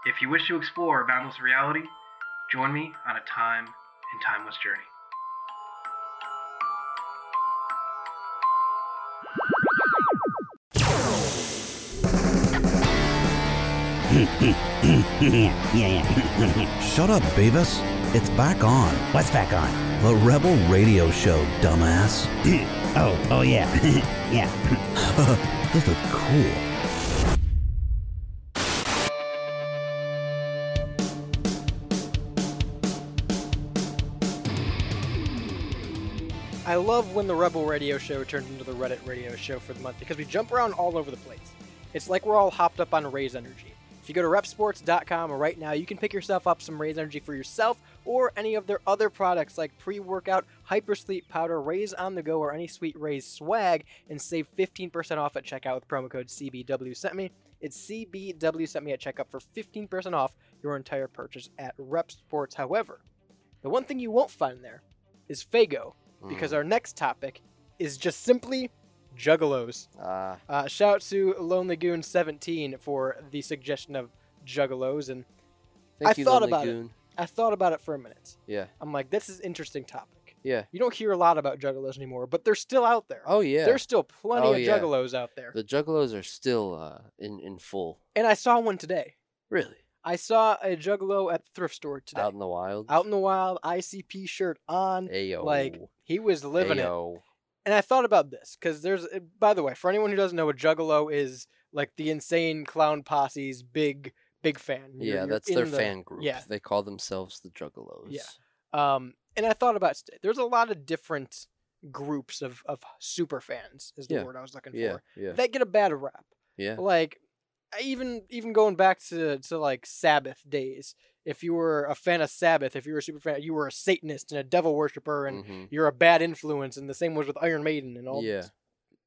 S10: If you wish to explore boundless reality, join me on a time and timeless journey.
S11: Shut up, Beavis. It's back on. What's back on? The Rebel Radio Show, dumbass. oh, oh yeah. yeah. this is cool.
S2: I love when the Rebel Radio Show turned into the Reddit Radio Show for the month because we jump around all over the place. It's like we're all hopped up on Raise Energy. If you go to repsports.com right now, you can pick yourself up some Raise Energy for yourself or any of their other products like pre workout, hypersleep powder, Raise on the go, or any sweet Raise swag and save 15% off at checkout with promo code CBW sent me. It's CBW sent me at checkout for 15% off your entire purchase at Repsports. However, the one thing you won't find there is Fago
S3: Mm.
S2: because our next topic is just simply juggalos.
S3: Ah,
S2: Uh, shout out to Lonely Goon 17 for the suggestion of juggalos, and
S3: thank you,
S2: thought
S3: Lonely
S2: about it.
S3: Goon.
S2: I thought about it for a minute.
S3: Yeah,
S2: I'm like, this is an interesting topic.
S3: yeah.
S2: You don't hear a lot about juggalos anymore, but they're still out there.
S3: Oh yeah.
S2: There's still plenty
S3: Oh,
S2: of
S3: yeah.
S2: juggalos out there.
S3: the Juggalos are still uh, in in full.
S2: And I saw one today.
S3: Really?
S2: I saw a juggalo at the thrift store today.
S3: Out in the wild.
S2: Out in the wild, ICP shirt on.
S3: Ayo.
S2: Like, he was living it.
S3: Ayo.
S2: and I thought about this because there's, uh, by the way, for anyone who doesn't know, a Juggalo is like the insane clown posse's big, big fan. You're-
S3: Yeah,
S2: you're
S3: that's their
S2: in the-
S3: fan group.
S2: yeah.
S3: They call themselves the Juggalos.
S2: Um, and I thought about st- there's a lot of different groups of of super fans is the
S3: Yeah.
S2: word I was looking
S3: Yeah,
S2: for
S3: yeah,
S2: that get a bad rap.
S3: yeah.
S2: Like I even even going back to to like Sabbath days, if you were a fan of Sabbath, if you were a super fan, you were a Satanist and a devil worshiper, and
S3: Mhm.
S2: you're a bad influence. And the same was with Iron Maiden and all.
S3: Yeah.
S2: these-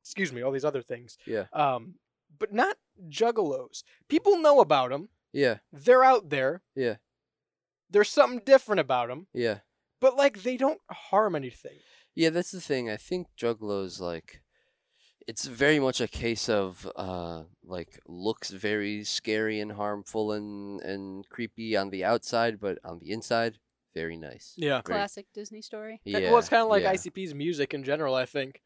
S2: excuse me, all these other things.
S3: Yeah.
S2: Um, but not juggalos. People know about them.
S3: Yeah.
S2: They're out there.
S3: Yeah.
S2: There's something different about them,
S3: Yeah.
S2: but like they don't harm anything.
S3: Yeah, that's the thing. I think Juggalos like it's very much a case of uh like looks very scary and harmful and and creepy on the outside, but on the inside, very nice.
S2: Yeah.
S3: Very-
S6: Classic Disney story.
S3: Yeah.
S2: well, it's kind of like
S3: yeah.
S2: ICP's music in general. I think.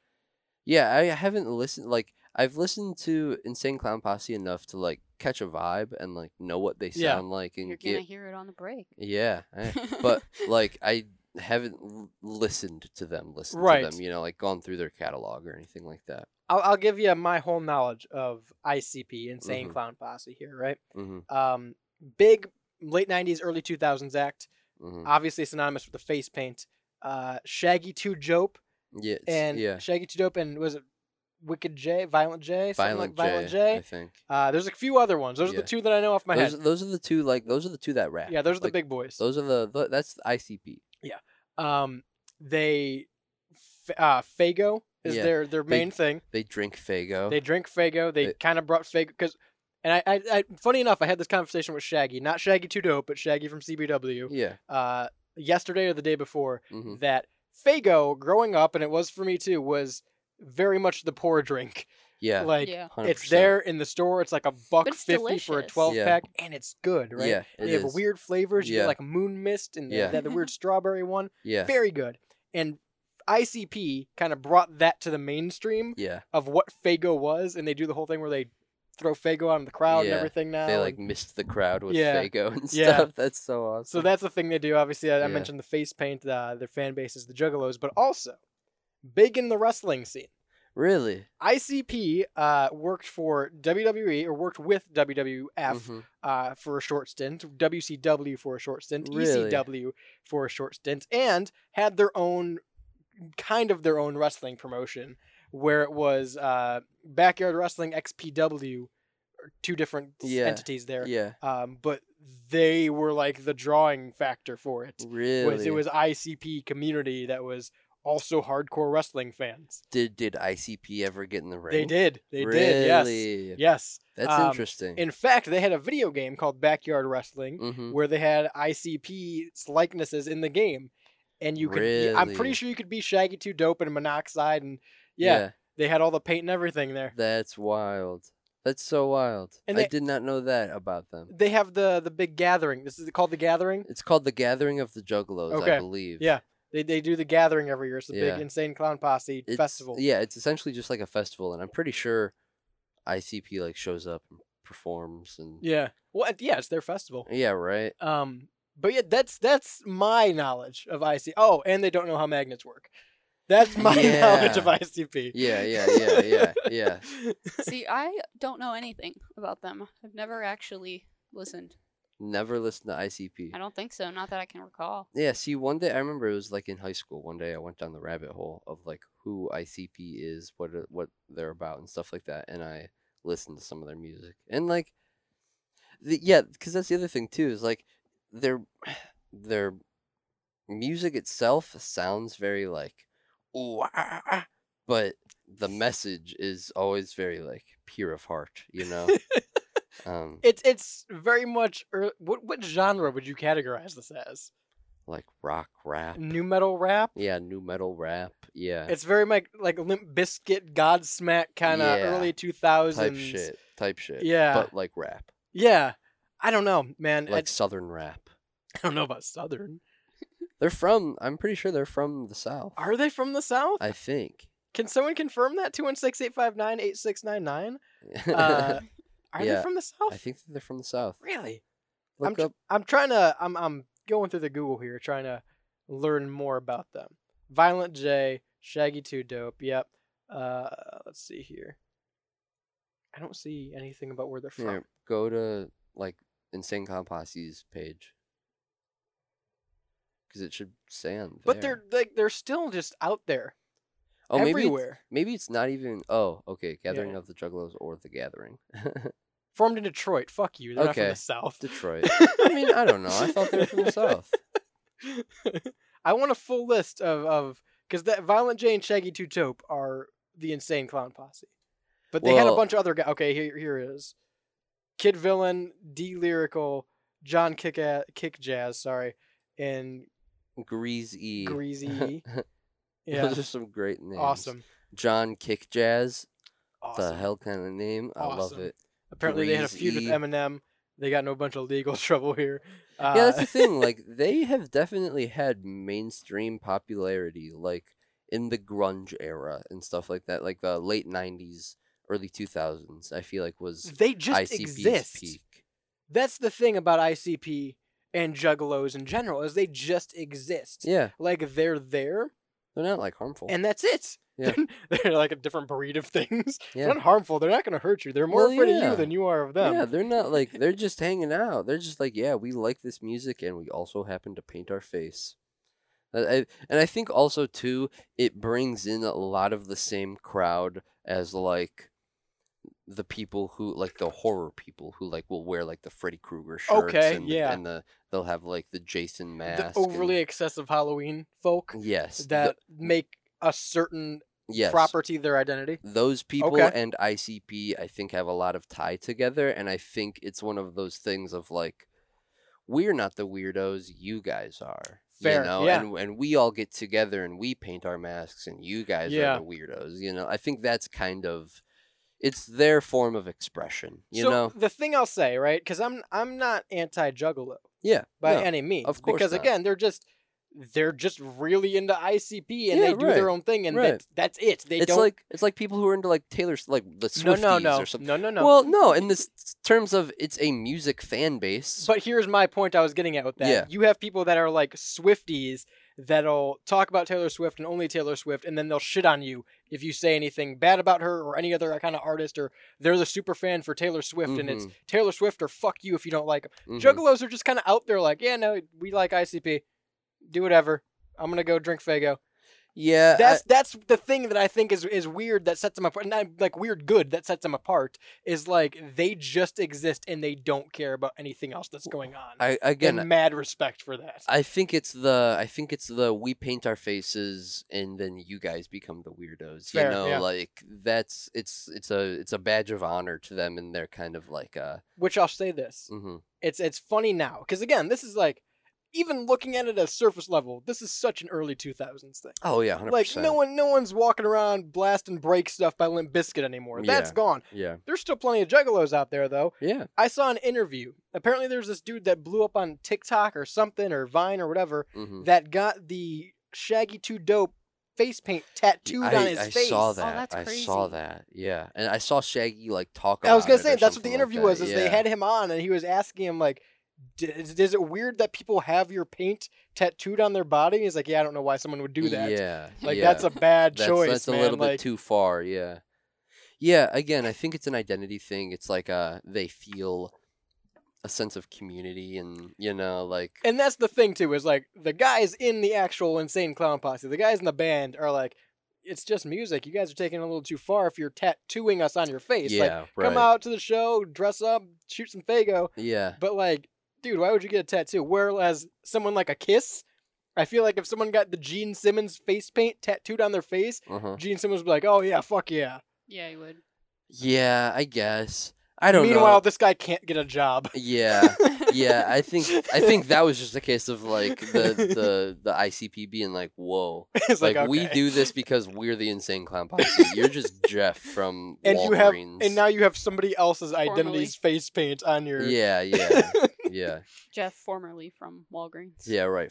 S3: Yeah, I haven't listened like I've listened to Insane Clown Posse enough to like catch a vibe and like know what they
S2: Yeah.
S3: sound like and
S6: You're
S3: get
S6: gonna hear it on the break.
S3: Yeah, eh, but like I haven't l- listened to them, listened
S2: Right.
S3: to them, you know, like gone through their catalog or anything like that.
S2: I'll, I'll give you my whole knowledge of ICP, Insane
S3: Mhm.
S2: Clown Posse, here, right?
S3: Mm-hmm,
S2: Um, big late 90s, early 2000s act,
S3: mm-hmm.
S2: obviously synonymous with the face paint. Uh, Shaggy 2 Jope
S3: Yeah, it's-
S2: and
S3: yeah,
S2: Shaggy 2 Dope and was it Wicked J, Violent J, something
S3: Violent,
S2: like Violent
S3: J, I
S2: J.
S3: think.
S2: Uh, there's a few other ones. Those are
S3: Yeah.
S2: the two that I know off my
S3: those,
S2: head.
S3: those are the two like those are the two that rap.
S2: yeah, those are the
S3: like,
S2: big boys.
S3: Those are the, the that's the ICP.
S2: Um, they f- uh, Fago is
S3: Yeah,
S2: their their
S3: they-
S2: main thing.
S3: They drink Fago.
S2: They drink Fago. They
S3: They-
S2: kind of brought Fago because, and I, I, I, funny enough, I had this conversation with Shaggy, not Shaggy Too Dope, but Shaggy from CBW,
S3: yeah.
S2: uh, yesterday or the day before,
S3: hmm
S2: that Fago, growing up, and it was for me too, was very much the poor drink.
S3: Yeah.
S2: Like
S6: Yeah.
S2: it's
S3: 100%.
S2: there in the store. It's like a buck
S6: But it's
S2: fifty for a
S6: delicious.
S2: twelve
S3: Yeah.
S2: pack, and it's good, right?
S3: Yeah. it
S2: They have
S3: is.
S2: weird flavors. You get
S3: Yeah.
S2: like moon mist and
S3: Yeah.
S2: the, the weird strawberry one.
S3: Yeah.
S2: Very good. And ICP kind of brought that to the mainstream
S3: Yeah.
S2: of what Fago was, and they do the whole thing where they throw Fago out in the crowd and
S3: Yeah,
S2: everything now.
S3: They like
S2: and-
S3: missed the crowd with
S2: Yeah.
S3: Fago and
S2: Yeah.
S3: stuff. That's so awesome.
S2: so that's the thing they do. Obviously, I, I
S3: Yeah.
S2: mentioned the face paint, uh, their fan base is the Juggalos, but also big in the wrestling scene.
S3: really.
S2: ICP uh, worked for WWE or worked with WWF
S3: Mhm.
S2: uh, for a short stint, WCW for a short stint,
S3: Really?
S2: ECW for a short stint, and had their own kind of their own wrestling promotion where it was uh, Backyard Wrestling XPW, or er, two different s-
S3: Yeah,
S2: entities there.
S3: Yeah.
S2: Um, but they were like the drawing factor for it.
S3: Really.
S2: Was it was ICP community that was also hardcore wrestling fans.
S3: Did did ICP ever get in the ring?
S2: They did. They
S3: really?
S2: did. Yes. Yes.
S3: That's
S2: Um,
S3: interesting.
S2: In fact, they had a video game called Backyard Wrestling
S3: mm-hmm.
S2: where they had ICP's likenesses in the game, and you could. yeah, I'm pretty
S3: Really?
S2: sure you could be Shaggy Two Dope and Monoxide, and yeah, they had all the paint and everything there.
S3: That's wild. That's so wild.
S2: And
S3: I
S2: they-
S3: did not know that about them.
S2: They have the the big gathering. This is called the gathering.
S3: It's called the Gathering of the Juggalos,
S2: Okay,
S3: I believe.
S2: yeah, They they do the gathering every year. It's the
S3: Yeah.
S2: big insane clown posse
S3: It's-
S2: festival.
S3: Yeah, it's essentially just like a festival, and I'm pretty sure ICP like shows up and performs and
S2: Yeah. Well, it- yeah, it's their festival.
S3: yeah, right.
S2: Um, but yeah, that's that's my knowledge of IC. Oh, and they don't know how magnets work. That's my knowledge of
S3: Yeah.
S2: ICP.
S3: Yeah, yeah, yeah, yeah, yeah.
S6: See, I don't know anything about them. I've never actually listened.
S3: Never listen to ICP.
S6: I don't think so. Not that I can recall.
S3: Yeah, see, one day I remember it was like in high school. One day I went down the rabbit hole of like who ICP is, what it- what they're about, and stuff like that. And I listened to some of their music, and like, the, yeah, because that's the other thing too is like their their music itself sounds very like, ooh, ah, ah, ah," but the message is always very like pure of heart, you know. um,
S2: It's it's very much ear- what what genre would you categorize this as?
S3: like rock rap.
S2: New metal rap.
S3: Yeah, new metal rap. Yeah.
S2: It's very like like Limp Biscuit, Godsmack kind of
S3: Yeah.
S2: early two thousands
S3: type shit, type shit.
S2: Yeah.
S3: but like rap,
S2: Yeah, I don't know, man.
S3: like
S2: I,
S3: southern rap.
S2: I don't know about Southern.
S3: They're from. I'm pretty sure they're from the south.
S2: Are they from the South?
S3: I think.
S2: Can someone confirm that? 216-859-8699? Uh, Are they
S3: Yeah,
S2: from the South?
S3: I think that they're from the south.
S2: Really?
S3: Look
S2: I'm tr-
S3: up.
S2: I'm trying to I'm I'm going through the Google here, trying to learn more about them. Violent J, Shaggy Two Dope. Yep. Uh, let's see here. I don't see anything about where they're from.
S3: Here, go to like Insane Clown Posse's page. Because it should say on
S2: But
S3: there.
S2: they're like they're still just out there
S3: oh maybe it's,
S2: everywhere.
S3: maybe it's not even oh okay Gathering
S2: Yeah.
S3: of the Juggalos or the Gathering.
S2: Formed in Detroit. Fuck you. They're not from
S3: Okay.
S2: the South.
S3: Detroit. I mean, I don't know. I thought they were from the South.
S2: I want a full list of of because that Violent J and Shaggy Two Dope are the insane clown posse, but they had a
S3: Well-
S2: bunch of other guys. Okay, here here it is Kid Villain, D Lyrical, John Kick a- Kick Jazz, sorry, and
S3: Greasy.
S2: Greasy. yeah,
S3: E. Those are some great names.
S2: awesome,
S3: John Kick Jazz. The
S2: awesome.
S3: hell kind of name? I love
S2: Awesome.
S3: it.
S2: Apparently they had a feud with
S3: Greasy.
S2: Eminem. They got into a bunch of legal trouble here. Uh,
S3: yeah, that's the thing. Like they have definitely had mainstream popularity, like in the grunge era and stuff like that, like the late '90s, early 2000s. I feel like was
S2: they just
S3: ICP's
S2: exist.
S3: peak.
S2: That's the thing about ICP and Juggalos in general is they just exist.
S3: Yeah,
S2: Like they're there,
S3: they're not like harmful.
S2: and that's it.
S3: Yeah.
S2: they're like a different breed of things.
S3: yeah.
S2: They're not harmful. They're not going to hurt you. They're more
S3: Well,
S2: afraid of
S3: yeah.
S2: you than you are of them.
S3: yeah, they're not like they're just hanging out. They're just like, yeah, we like this music, and we also happen to paint our face. Uh, I, and I think also too, it brings in a lot of the same crowd as like the people who like the horror people who like will wear like the Freddy Krueger shirts.
S2: Okay,
S3: and,
S2: yeah.
S3: The, and the they'll have like the Jason
S2: the
S3: mask.
S2: overly excessive Halloween folk
S3: and, yes the-
S2: that make a certain
S3: yes.
S2: property their identity.
S3: those people
S2: Okay.
S3: and ICP, I think, have a lot of tie together. And I think it's one of those things of like, we're not the weirdos, you guys are.
S2: Fair,
S3: You know,
S2: yeah.
S3: and, and we all get together and we paint our masks and you guys
S2: Yeah.
S3: are the weirdos. You know, I think that's kind of, it's their form of expression, you
S2: so
S3: know?
S2: the thing I'll say, right? Because I'm I'm not anti-Juggalo
S3: Yeah.
S2: by
S3: no.
S2: any means.
S3: of course
S2: because
S3: not.
S2: again, they're just they're just really into ICP and
S3: Yeah,
S2: they do their
S3: right,
S2: own thing, and
S3: right.
S2: that's, that's it. They
S3: it's
S2: don't.
S3: like it's like people who are into like Taylor, S- like the
S2: no,
S3: Swifties
S2: no, no,
S3: or something.
S2: no, no, no.
S3: Well, no, in this terms of it's a music fan base.
S2: But here's my point I was getting at with that.
S3: Yeah.
S2: You have people that are like Swifties that'll talk about Taylor Swift and only Taylor Swift, and then they'll shit on you if you say anything bad about her or any other kind of artist, or they're the super fan for Taylor Swift, and it's
S3: Mhm,
S2: Taylor Swift or fuck you if you don't like 'em.
S3: mhm.
S2: Juggalos are just kind of out there like, yeah, no, we like ICP. Do whatever. I'm going to go drink Fago.
S3: yeah, I-
S2: That's that's the thing that I think is is weird that sets them apart. Not like weird good that sets them apart is like they just exist and they don't care about anything else that's going on
S3: I again,
S2: and mad respect for that.
S3: I think it's the I think it's the we paint our faces and then you guys become the weirdos.
S2: Fair,
S3: you know,
S2: yeah.
S3: like that's it's it's a it's a badge of honor to them and they're kind of like uh
S2: Which I'll say this:
S3: hmm
S2: it's it's funny now because again, this is like even looking at it as surface level, this is such an early two thousands thing.
S3: oh yeah, 100%.
S2: Like no one, no one's walking around blasting break stuff by Limp Bizkit anymore. That's
S3: Yeah.
S2: gone.
S3: yeah
S2: There's still plenty of juggalos out there though.
S3: yeah
S2: I saw an interview. Apparently, there's this dude that blew up on TikTok or something or Vine or whatever
S3: hmm
S2: that got the Shaggy Two Dope face paint tattooed
S3: I,
S2: on his
S3: I
S2: face.
S3: saw
S6: Oh,
S3: that.
S6: that's
S3: I saw
S6: crazy.
S3: that. Yeah, and I saw Shaggy like talk.
S2: I was
S3: about
S2: gonna
S3: it
S2: say
S3: or
S2: that's what the
S3: something like
S2: interview
S3: that,
S2: was. Is they
S3: yeah.
S2: had him on and he was asking him like, "D- is, is it weird that people have your paint tattooed on their body?" He's like, "Yeah, I don't know why someone would do that.
S3: Yeah,
S2: like
S3: yeah.
S2: that's a bad
S3: that's,
S2: choice,
S3: That's
S2: man.
S3: a little
S2: like,
S3: bit too far. Yeah, yeah. Again, I think it's an identity thing. It's like uh, they feel a sense of community, and you know, like
S2: and that's the thing too is like the guys in the actual insane clown posse, the guys in the band are like, "It's just music. You guys are taking it a little too far if you're tattooing us on your face.
S3: yeah,
S2: Like,
S3: right.
S2: come out to the show, dress up, shoot some Fago."
S3: Yeah,
S2: But like, dude, why would you get a tattoo? Whereas someone like a kiss, I feel like if someone got the Gene Simmons face paint tattooed on their face,
S3: uh-huh.
S2: Gene Simmons would be like, "Oh yeah, fuck yeah."
S6: Yeah, you would.
S3: yeah. I guess I don't
S2: Meanwhile,
S3: know.
S2: this guy can't get a job.
S3: Yeah, yeah. I think I think that was just a case of like the the the ICP being like, whoa.
S2: it's
S3: Like
S2: like,
S3: we
S2: okay.
S3: do this because we're the insane clown posse. You're just Jeff from
S2: and you have,
S3: Walgreens.
S2: and now you have somebody else's
S6: Formerly.
S2: identity's face paint on your.
S3: yeah, yeah, yeah,
S6: Jeff, formerly from Walgreens.
S3: yeah. Right.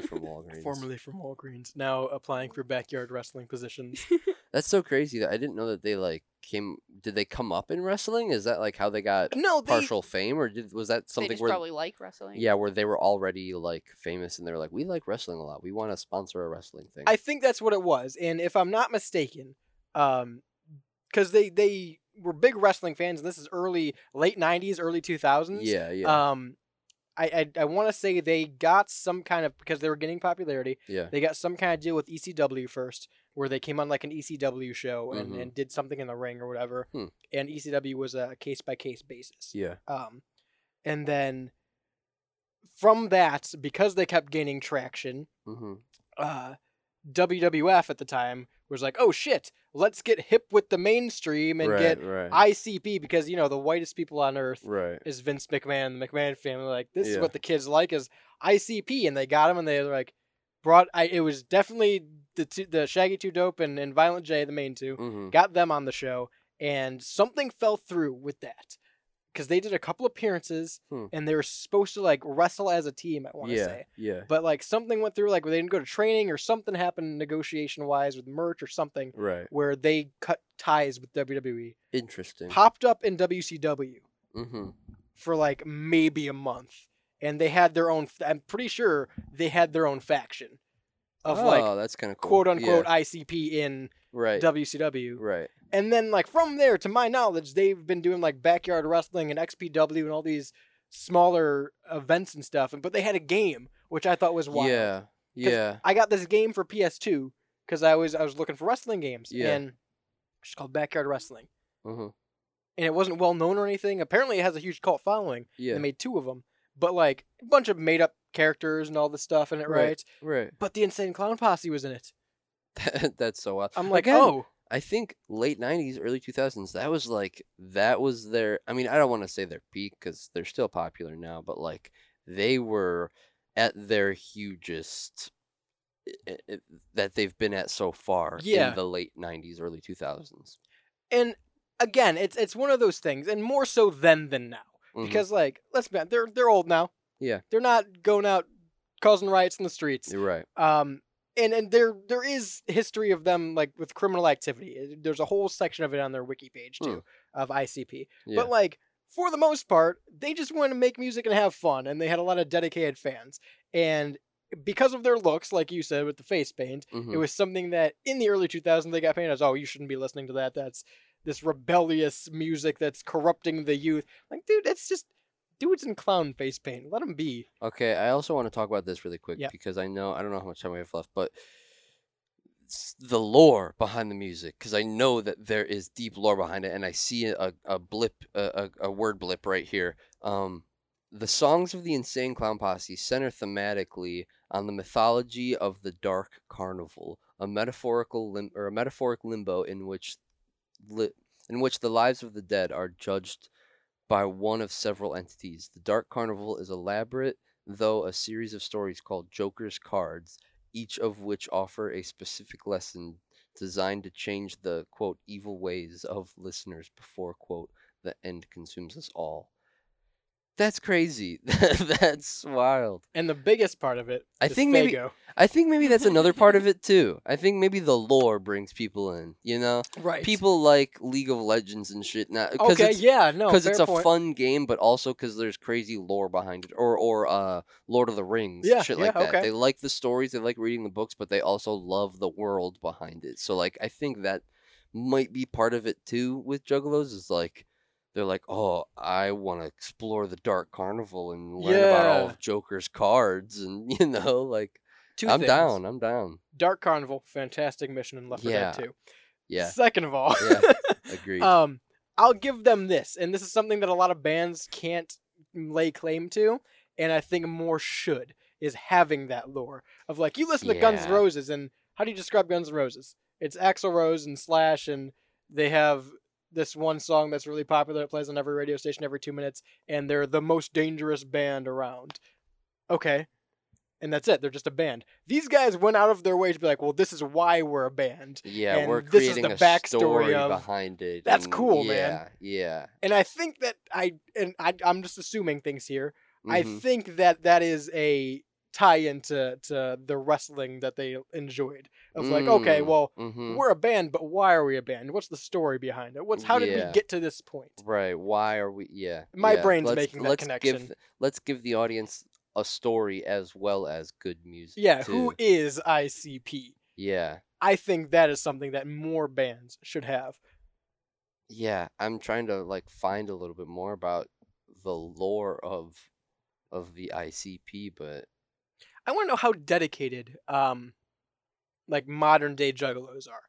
S3: from Walgreens.
S2: Formerly from Walgreens, now applying for backyard wrestling positions.
S3: That's so crazy that I didn't know that they like came. Did they come up in wrestling? Is that like how they got
S2: no, they,
S3: partial fame, or did was that
S6: they
S3: something
S6: just
S3: where
S6: probably like wrestling.
S3: yeah, where they were already like famous and they're like, we like wrestling a lot. We want to sponsor a wrestling thing.
S2: I think that's what it was, and if I'm not mistaken, um, because they they were big wrestling fans, and this is early late '90s, early 2000s.
S3: yeah, yeah.
S2: Um, I I, I want to say they got some kind of because they were getting popularity.
S3: Yeah.
S2: They got some kind of deal with ECW first, where they came on like an ECW show and,
S3: Mhm.
S2: and did something in the ring or whatever.
S3: Hmm.
S2: And ECW was a case by case basis.
S3: Yeah.
S2: Um, and then from that, because they kept gaining traction,
S3: Mm-hmm.
S2: uh, WWF at the time was like, oh shit, let's get hip with the mainstream and
S3: right,
S2: get
S3: right.
S2: ICP because, you know, the whitest people on earth
S3: right.
S2: is Vince McMahon and the McMahon family. Like, this is
S3: Yeah.
S2: what the kids like is ICP. And they got him and they like brought, I, it was definitely the, two, the Shaggy 2 Dope and, and Violent J, the main two,
S3: Mm-hmm.
S2: got them on the show. And something fell through with that because they did a couple appearances
S3: Hmm.
S2: and they were supposed to like wrestle as a team, I want to
S3: yeah,
S2: say
S3: yeah.
S2: but like something went through like where they didn't go to training or something happened negotiation wise with merch or something
S3: Right.
S2: where they cut ties with WWE
S3: Interesting.
S2: popped up in WCW
S3: Mm-hmm.
S2: for like maybe a month and they had their own I'm pretty sure they had their own faction of
S3: oh,
S2: like
S3: that's kind of cool.
S2: quote unquote
S3: Yeah,
S2: ICP in
S3: right.
S2: WCW
S3: Right.
S2: and then like from there, to my knowledge, they've been doing like backyard wrestling and XPW and all these smaller events and stuff. And but they had a game which I thought was wild.
S3: Yeah. Yeah.
S2: I got this game for PS2 because I was I was looking for wrestling games.
S3: Yeah.
S2: And it's called Backyard Wrestling,
S3: Mm-hmm.
S2: and it wasn't well known or anything. Apparently, it has a huge cult following.
S3: Yeah.
S2: They made two of them, but like a bunch of made up characters and all this stuff in it,
S3: Right.
S2: right?
S3: right.
S2: But the Insane Clown Posse was in it.
S3: that's so wild.
S2: I'm like,
S3: Again,
S2: oh,
S3: I think late '90s, early 2000s. That was like that was their. I mean, I don't want to say their peak because they're still popular now, but like they were at their hugest i- i- i- that they've been at so far
S2: Yeah.
S3: in the late '90s, early 2000s.
S2: and again, it's it's one of those things, and more so then than now.
S3: Mhm.
S2: because like let's be honest, they're they're old now.
S3: Yeah.
S2: They're not going out causing riots in the streets.
S3: you're right.
S2: Um and and there there is history of them like with criminal activity. Uh, There's a whole section of it on their wiki page too of ICP.
S3: Hmm. Yeah.
S2: But like for the most part, they just wanted to make music and have fun and they had a lot of dedicated fans. And because of their looks, like you said with the face paint,
S3: Mhm.
S2: it was something that in the early 2000s they got painted as, oh, you shouldn't be listening to that. That's this rebellious music that's corrupting the youth. Like, dude, that's just dudes in clown face paint. Let them be.
S3: Okay, I also want to talk about this really quick
S2: Yep.
S3: because I know I don't know how much time we have left, but s- the lore behind the music because I know that there is deep lore behind it, and I see a, a blip, a, a, a word blip right here. Um, the songs of the Insane Clown Posse center thematically on the mythology of the Dark Carnival, a metaphorical lim- or a metaphoric limbo in which li- in which the lives of the dead are judged by one of several entities. The Dark Carnival is elaborate, though a series of stories called Joker's Cards, each of which offer a specific lesson designed to change the quote evil ways of listeners before quote the end consumes us all. That's crazy. That's wild.
S2: And the biggest part of it,
S3: I
S2: is
S3: think maybe-
S2: Faygo.
S3: I think maybe that's another part of it too. I think maybe the lore brings people in, you know?
S2: right
S3: People like League of Legends and shit now. 'cause
S2: Okay,
S3: it's-
S2: yeah, no,
S3: because
S2: fair
S3: it's a
S2: point.
S3: fun game, but also because there's crazy lore behind it, or or uh, Lord of the Rings,
S2: Yeah,
S3: shit
S2: yeah,
S3: like that.
S2: okay.
S3: They like the stories, they like reading the books, but they also love the world behind it. So like, I think that might be part of it too with Juggalos is like. They're like, oh, I want to explore the Dark Carnival and learn about all
S2: Yeah.
S3: of Joker's cards, and you know, like,
S2: Two
S3: I'm
S2: things.
S3: down, I'm down.
S2: Dark Carnival, fantastic mission in Left 4
S3: Yeah.
S2: Dead 2.
S3: Yeah,
S2: Second of all,
S3: Yeah, agreed.
S2: um, I'll give them this, and this is something that a lot of bands can't lay claim to, and I think more should is having that lore of like you listen to Guns N'
S3: Yeah.
S2: Roses, and how do you describe Guns N' Roses? It's Axl Rose and Slash, and they have this one song that's really popular. It plays on every radio station every two minutes, and they're the most dangerous band around. Okay. And that's it. They're just a band. These guys went out of their way to be like, well, this is why we're a band.
S3: yeah,
S2: and
S3: we're
S2: this is
S3: creating
S2: the
S3: a
S2: backstory
S3: story
S2: of-
S3: behind it.
S2: That's
S3: and
S2: cool,
S3: yeah,
S2: man.
S3: Yeah,
S2: and I think that I and I, I'm just assuming things here. I
S3: mhm.
S2: think that that is a tie into to the wrestling that they enjoyed. Of like, okay,
S3: Mm,
S2: well,
S3: mhm.
S2: we're a band, but why are we a band? What's the story behind it? What's how did
S3: Yeah.
S2: we get to this point?
S3: Right. Why are we? Yeah.
S2: My
S3: yeah,
S2: brain's
S3: let's-
S2: making that
S3: let's
S2: connection.
S3: Give, th- let's give the audience a story as well as good music.
S2: Yeah, who
S3: too.
S2: is ICP?
S3: Yeah.
S2: I think that is something that more bands should have.
S3: Yeah. I'm trying to like find a little bit more about the lore of of the ICP, but
S2: I want to know how dedicated, um, like modern day juggalos are.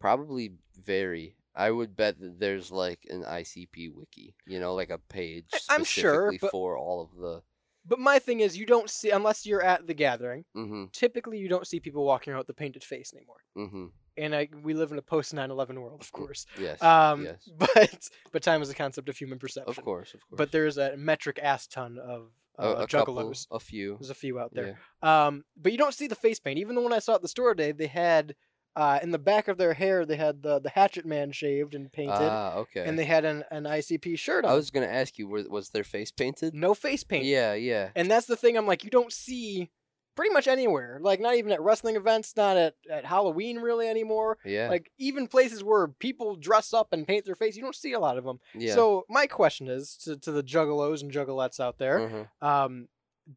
S3: probably very. I would bet that there's like an ICP wiki, you know, like a page
S2: I- I'm sure,
S3: specifically
S2: but-
S3: for all of the.
S2: But my thing is, you don't see unless you're at the gathering.
S3: hmm
S2: Typically, you don't see people walking around with a painted face anymore.
S3: hmm
S2: And I, we live in a post 9/11 world, of course.
S3: Yes.
S2: Um,
S3: yes.
S2: but but time is a concept of human perception.
S3: Of course. Of course.
S2: But there's a metric ass ton of
S3: a,
S2: uh,
S3: a couple,
S2: juggalos.
S3: a few.
S2: There's a few out there.
S3: Yeah.
S2: Um, but you don't see the face paint. Even the one I saw at the store today, they had uh, in the back of their hair they had the the Hatchet Man shaved and painted,
S3: Ah, okay.
S2: and they had an, an ICP shirt on.
S3: I was gonna ask you, were, was their face painted?
S2: No face paint.
S3: Yeah, yeah.
S2: And that's the thing. I'm like, you don't see pretty much anywhere. Like not even at wrestling events, not at at Halloween really anymore.
S3: Yeah.
S2: Like even places where people dress up and paint their face, you don't see a lot of them.
S3: yeah.
S2: So my question is to, to the juggalos and juggalettes out there.
S3: Mhm.
S2: Um,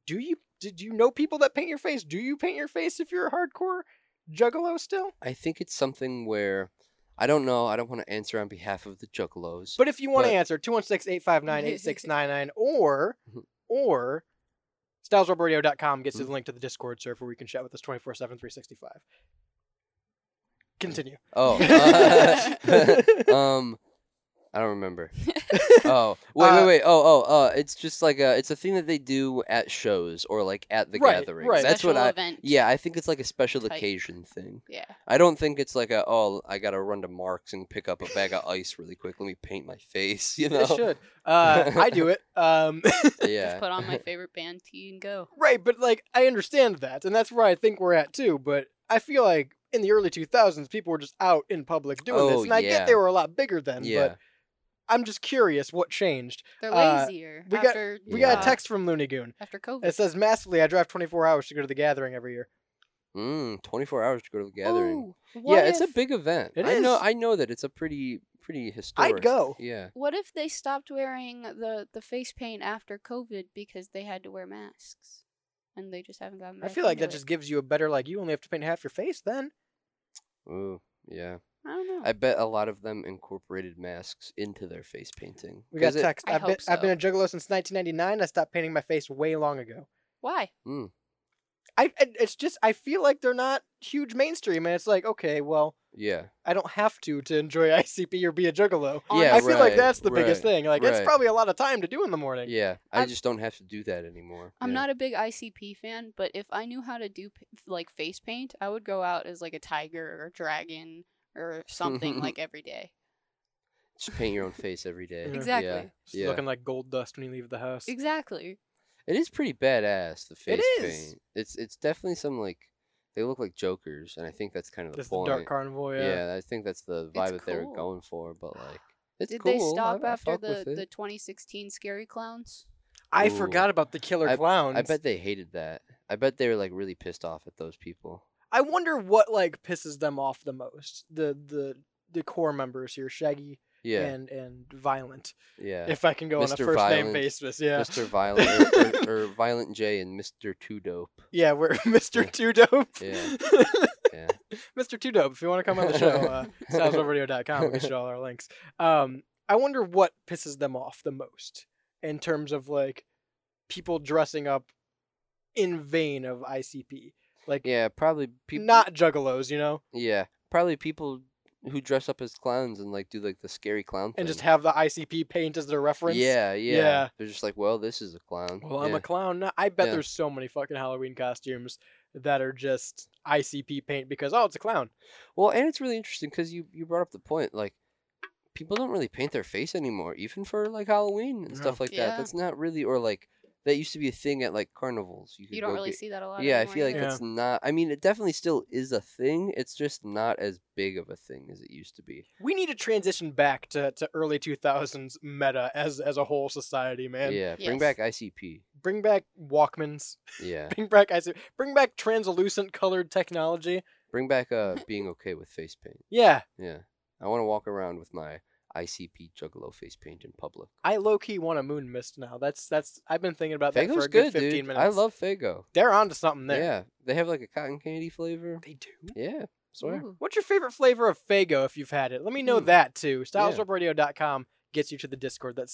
S2: do you did you know people that paint your face? Do you paint your face if you're a hardcore juggalo still?
S3: I think it's something where I don't know. I don't want to answer on behalf of the Juggalos.
S2: But if you want to
S3: But-
S2: answer, 216-859-8699 or
S3: Mm-hmm.
S2: or stylesrobradio.com gets you the link to the Discord server where you can chat with us 24/7 365. Continue.
S3: oh, um, I don't remember. oh, wait,
S2: Uh,
S3: wait, wait. Oh, oh, uh, it's just like a, it's a thing that they do at shows or like at the
S2: Right,
S3: gatherings.
S2: right.
S3: That's what
S6: Special
S3: I.
S6: event
S3: Yeah, I think it's like a special
S6: type.
S3: occasion thing.
S6: Yeah.
S3: I don't think it's like a oh I gotta run to Marks and pick up a bag of ice really quick. Let me paint my face. You know.
S2: It should. Uh, I do it. Um,
S3: Yeah.
S6: Just put on my favorite band tee and go.
S2: Right, but like I understand that, and that's where I think we're at too. But I feel like in the early 2000s, people were just out in public doing this,
S3: Oh,
S2: and I get
S3: yeah.
S2: they were a lot bigger then.
S3: yeah.
S2: But I'm just curious what changed.
S6: They're
S2: Uh,
S6: lazier.
S2: we got-
S6: after,
S2: We got
S3: Yeah.
S2: a text from Looney Goon.
S6: after COVID.
S2: It says massively, I drive 24 hours to go to the gathering every year.
S3: Mm, 24 hours to go to the gathering.
S6: Ooh, what
S3: yeah, it's a
S6: if-
S3: big event.
S2: It
S3: I know.
S2: is.
S3: I know that it's a pretty, pretty historic.
S2: I'd go.
S3: Yeah.
S6: What if they stopped wearing the the face paint after COVID because they had to wear masks, and they just haven't gotten.
S2: I
S6: back
S2: feel like
S6: into
S2: that
S6: it?
S2: just gives you a better like. You only have to paint half your face then.
S3: Ooh. Yeah.
S6: I don't know.
S3: I bet a lot of them incorporated masks into their face painting.
S2: We got
S3: 'Cause it-
S2: text.
S6: I
S2: have been
S6: hope
S2: I've been
S6: so.
S2: a juggalo since 1999. I stopped painting my face way long ago.
S6: Why?
S2: I it- it's just I feel like they're not huge mainstream, and it's like okay, well.
S3: yeah.
S2: I don't have to to enjoy ICP or be a juggalo.
S6: On-
S3: Oh, Yeah.
S2: I feel like
S3: right,
S2: that's the biggest
S3: right,
S2: thing. Like it's
S3: right.
S2: probably a lot of time to do in the morning.
S3: Yeah. I
S6: I'm-
S3: just don't have to do that anymore.
S6: I'm
S3: yeah.
S6: not a big ICP fan, but if I knew how to do p- like face paint, I would go out as like a tiger or a dragon or something like every day.
S3: Just paint your own face every day.
S2: Yeah.
S6: Exactly.
S3: Yeah.
S2: Just
S3: yeah.
S2: looking like gold dust when you leave the house.
S6: Exactly.
S3: It is pretty badass. The face
S2: It is.
S3: paint. It's it's definitely some like they look like jokers, and I think that's kind of the
S2: Just the
S3: point.
S2: dark carnival. Yeah.
S3: Yeah, I think that's the vibe that they were
S6: cool.
S3: going for, but like it's
S6: Did
S3: cool.
S6: they stop
S3: I, I
S6: after
S3: fuck
S6: the,
S3: with it.
S6: the 2016 scary clowns?
S2: I
S3: Ooh.
S2: forgot about the killer clowns.
S3: I bet they hated that. I bet they were like really pissed off at those people.
S2: I wonder what like pisses them off the most. The the the core members here, Shaggy
S3: Yeah,
S2: and and Violent.
S3: yeah.
S2: If I can go on a
S3: Mr.
S2: first name
S3: Violent,
S2: basis, yeah,
S3: Mr. Violent or, or, or Violent J and Mr. Two Dope.
S2: yeah, we're Mr. Two Dope.
S3: Yeah. Yeah.
S2: Mr. Two Dope, if you want to come on the show, uh, salesradio.com will get you all our links. Um, I wonder what pisses them off the most in terms of like people dressing up in vain of ICP, like
S3: Yeah, probably people.
S2: not juggalos, you know,
S3: Yeah, probably people who dress up as clowns and like do like the scary clown thing.
S2: and just have the ICP paint as their reference.
S3: Yeah, yeah,
S2: Yeah.
S3: They're just like, well, this is a clown.
S2: Well, I'm
S3: yeah.
S2: a clown. now. I bet
S3: Yeah.
S2: there's so many fucking Halloween costumes that are just ICP paint because oh, it's a clown.
S3: Well, and it's really interesting because you you brought up the point like people don't really paint their face anymore, even for like Halloween and
S2: No.
S3: stuff like that.
S6: Yeah.
S3: That's not really or like that used to be a thing at like carnivals. could
S6: You don't
S3: go
S6: really
S3: get-
S6: see that a lot.
S3: Yeah, I
S6: anymore
S3: feel like
S6: either.
S2: Yeah.
S3: it's not. I mean, it definitely still is a thing. It's just not as big of a thing as it used to be.
S2: We need to transition back to, to early 2000s meta as as a whole society, man.
S3: yeah, bring
S6: Yes.
S3: back ICP.
S2: Bring back Walkmans.
S3: Yeah,
S2: Bring back IC Bring back translucent colored technology.
S3: bring back uh being okay with face paint.
S2: Yeah,
S3: Yeah, I want to walk around with my ICP Juggalo face paint in public.
S2: I low key want a moon mist now. That's that's I've been thinking about that for
S3: Fago's
S2: a good,
S3: good,
S2: 15
S3: dude.
S2: minutes.
S3: I love Fago.
S2: They're onto something there.
S3: Yeah, they have like a cotton candy flavor.
S2: They do.
S3: Yeah, swear.
S6: Ooh.
S2: What's your favorite flavor of Fago if you've had it? Let me know
S3: Hmm.
S2: that too.
S3: Yeah.
S2: StylesRubradio.com gets you to the Discord. That's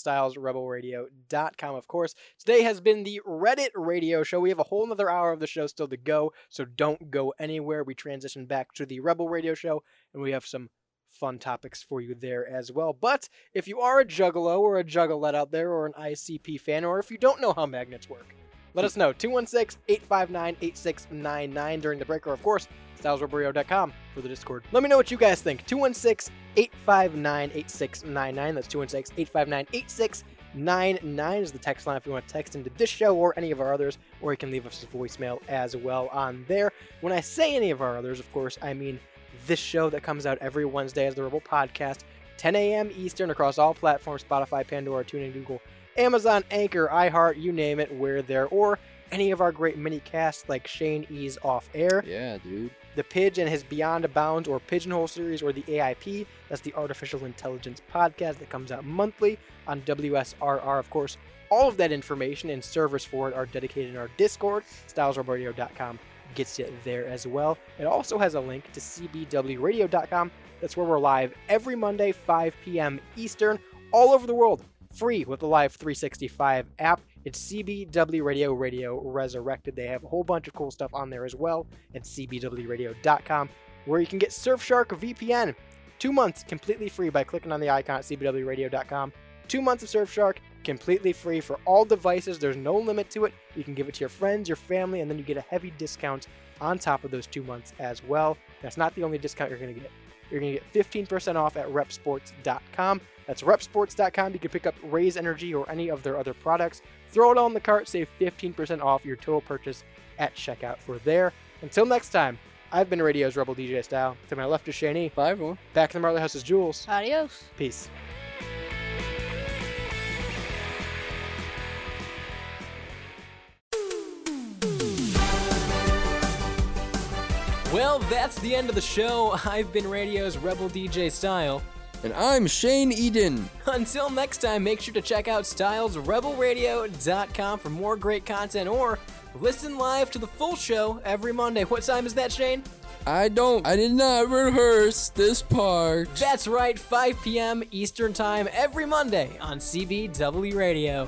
S2: stylesrebelradio.com, of course. Today has been the Reddit radio show. We have a whole another hour of the show still to go, so don't go anywhere. We transition back to the Rebel radio show, and we have some fun topics for you there as well. But if you are a juggalo or a juggalette out there or an ICP fan, or if you don't know how magnets work, let us know. 216 859 8699 during the break, or of course, stylesrobario.com for the Discord. Let me know what you guys think. 216 859 8699. That's 216 859 8699 is the text line if you want to text into this show or any of our others, or you can leave us a voicemail as well on there. When I say any of our others, of course, I mean this show that comes out every Wednesday as the Rebel Podcast, 10 a.m. Eastern across all platforms Spotify, Pandora, TuneIn, Google, Amazon, Anchor, iHeart, you name it, we're there. Or any of our great mini casts like Shane E's Off Air,
S3: Yeah, dude.
S2: The Pidge and his Beyond Bounds or Pigeonhole series, or the AIP, that's the Artificial Intelligence Podcast that comes out monthly on WSRR, of course. All of that information and servers for it are dedicated in our Discord, stylesrobradio.com gets you there as well. It also has a link to cbwradio.com. That's where we're live every Monday, 5 p.m. Eastern, all over the world, free with the Live 365 app. It's CBW Radio Radio Resurrected. They have a whole bunch of cool stuff on there as well at cbwradio.com, where you can get Surfshark VPN. Two months completely free by clicking on the icon at cbwradio.com. Two months of Surfshark completely free for all devices. There's no limit to it. You can give it to your friends, your family, and then you get a heavy discount on top of those two months as well. That's not the only discount you're going to get. You're going to get 15% off at repsports.com. That's repsports.com. You can pick up Raise Energy or any of their other products. Throw it all in the cart, save 15% off your total purchase at checkout for there. Until next time, I've been Radio's Rebel DJ Style. To my left is Shaney.
S3: Bye, everyone.
S2: Back in the Marley House is Jules.
S6: Adios.
S2: Peace. Well, that's the end of the show. I've been Radio's Rebel DJ Style.
S3: And I'm Shane Eden.
S2: Until next time, make sure to check out stylesrebelradio.com for more great content or listen live to the full show every Monday. What time is that, Shane?
S3: I don't, I did not rehearse this part.
S2: That's right, 5 p.m. Eastern Time every Monday on CBW Radio.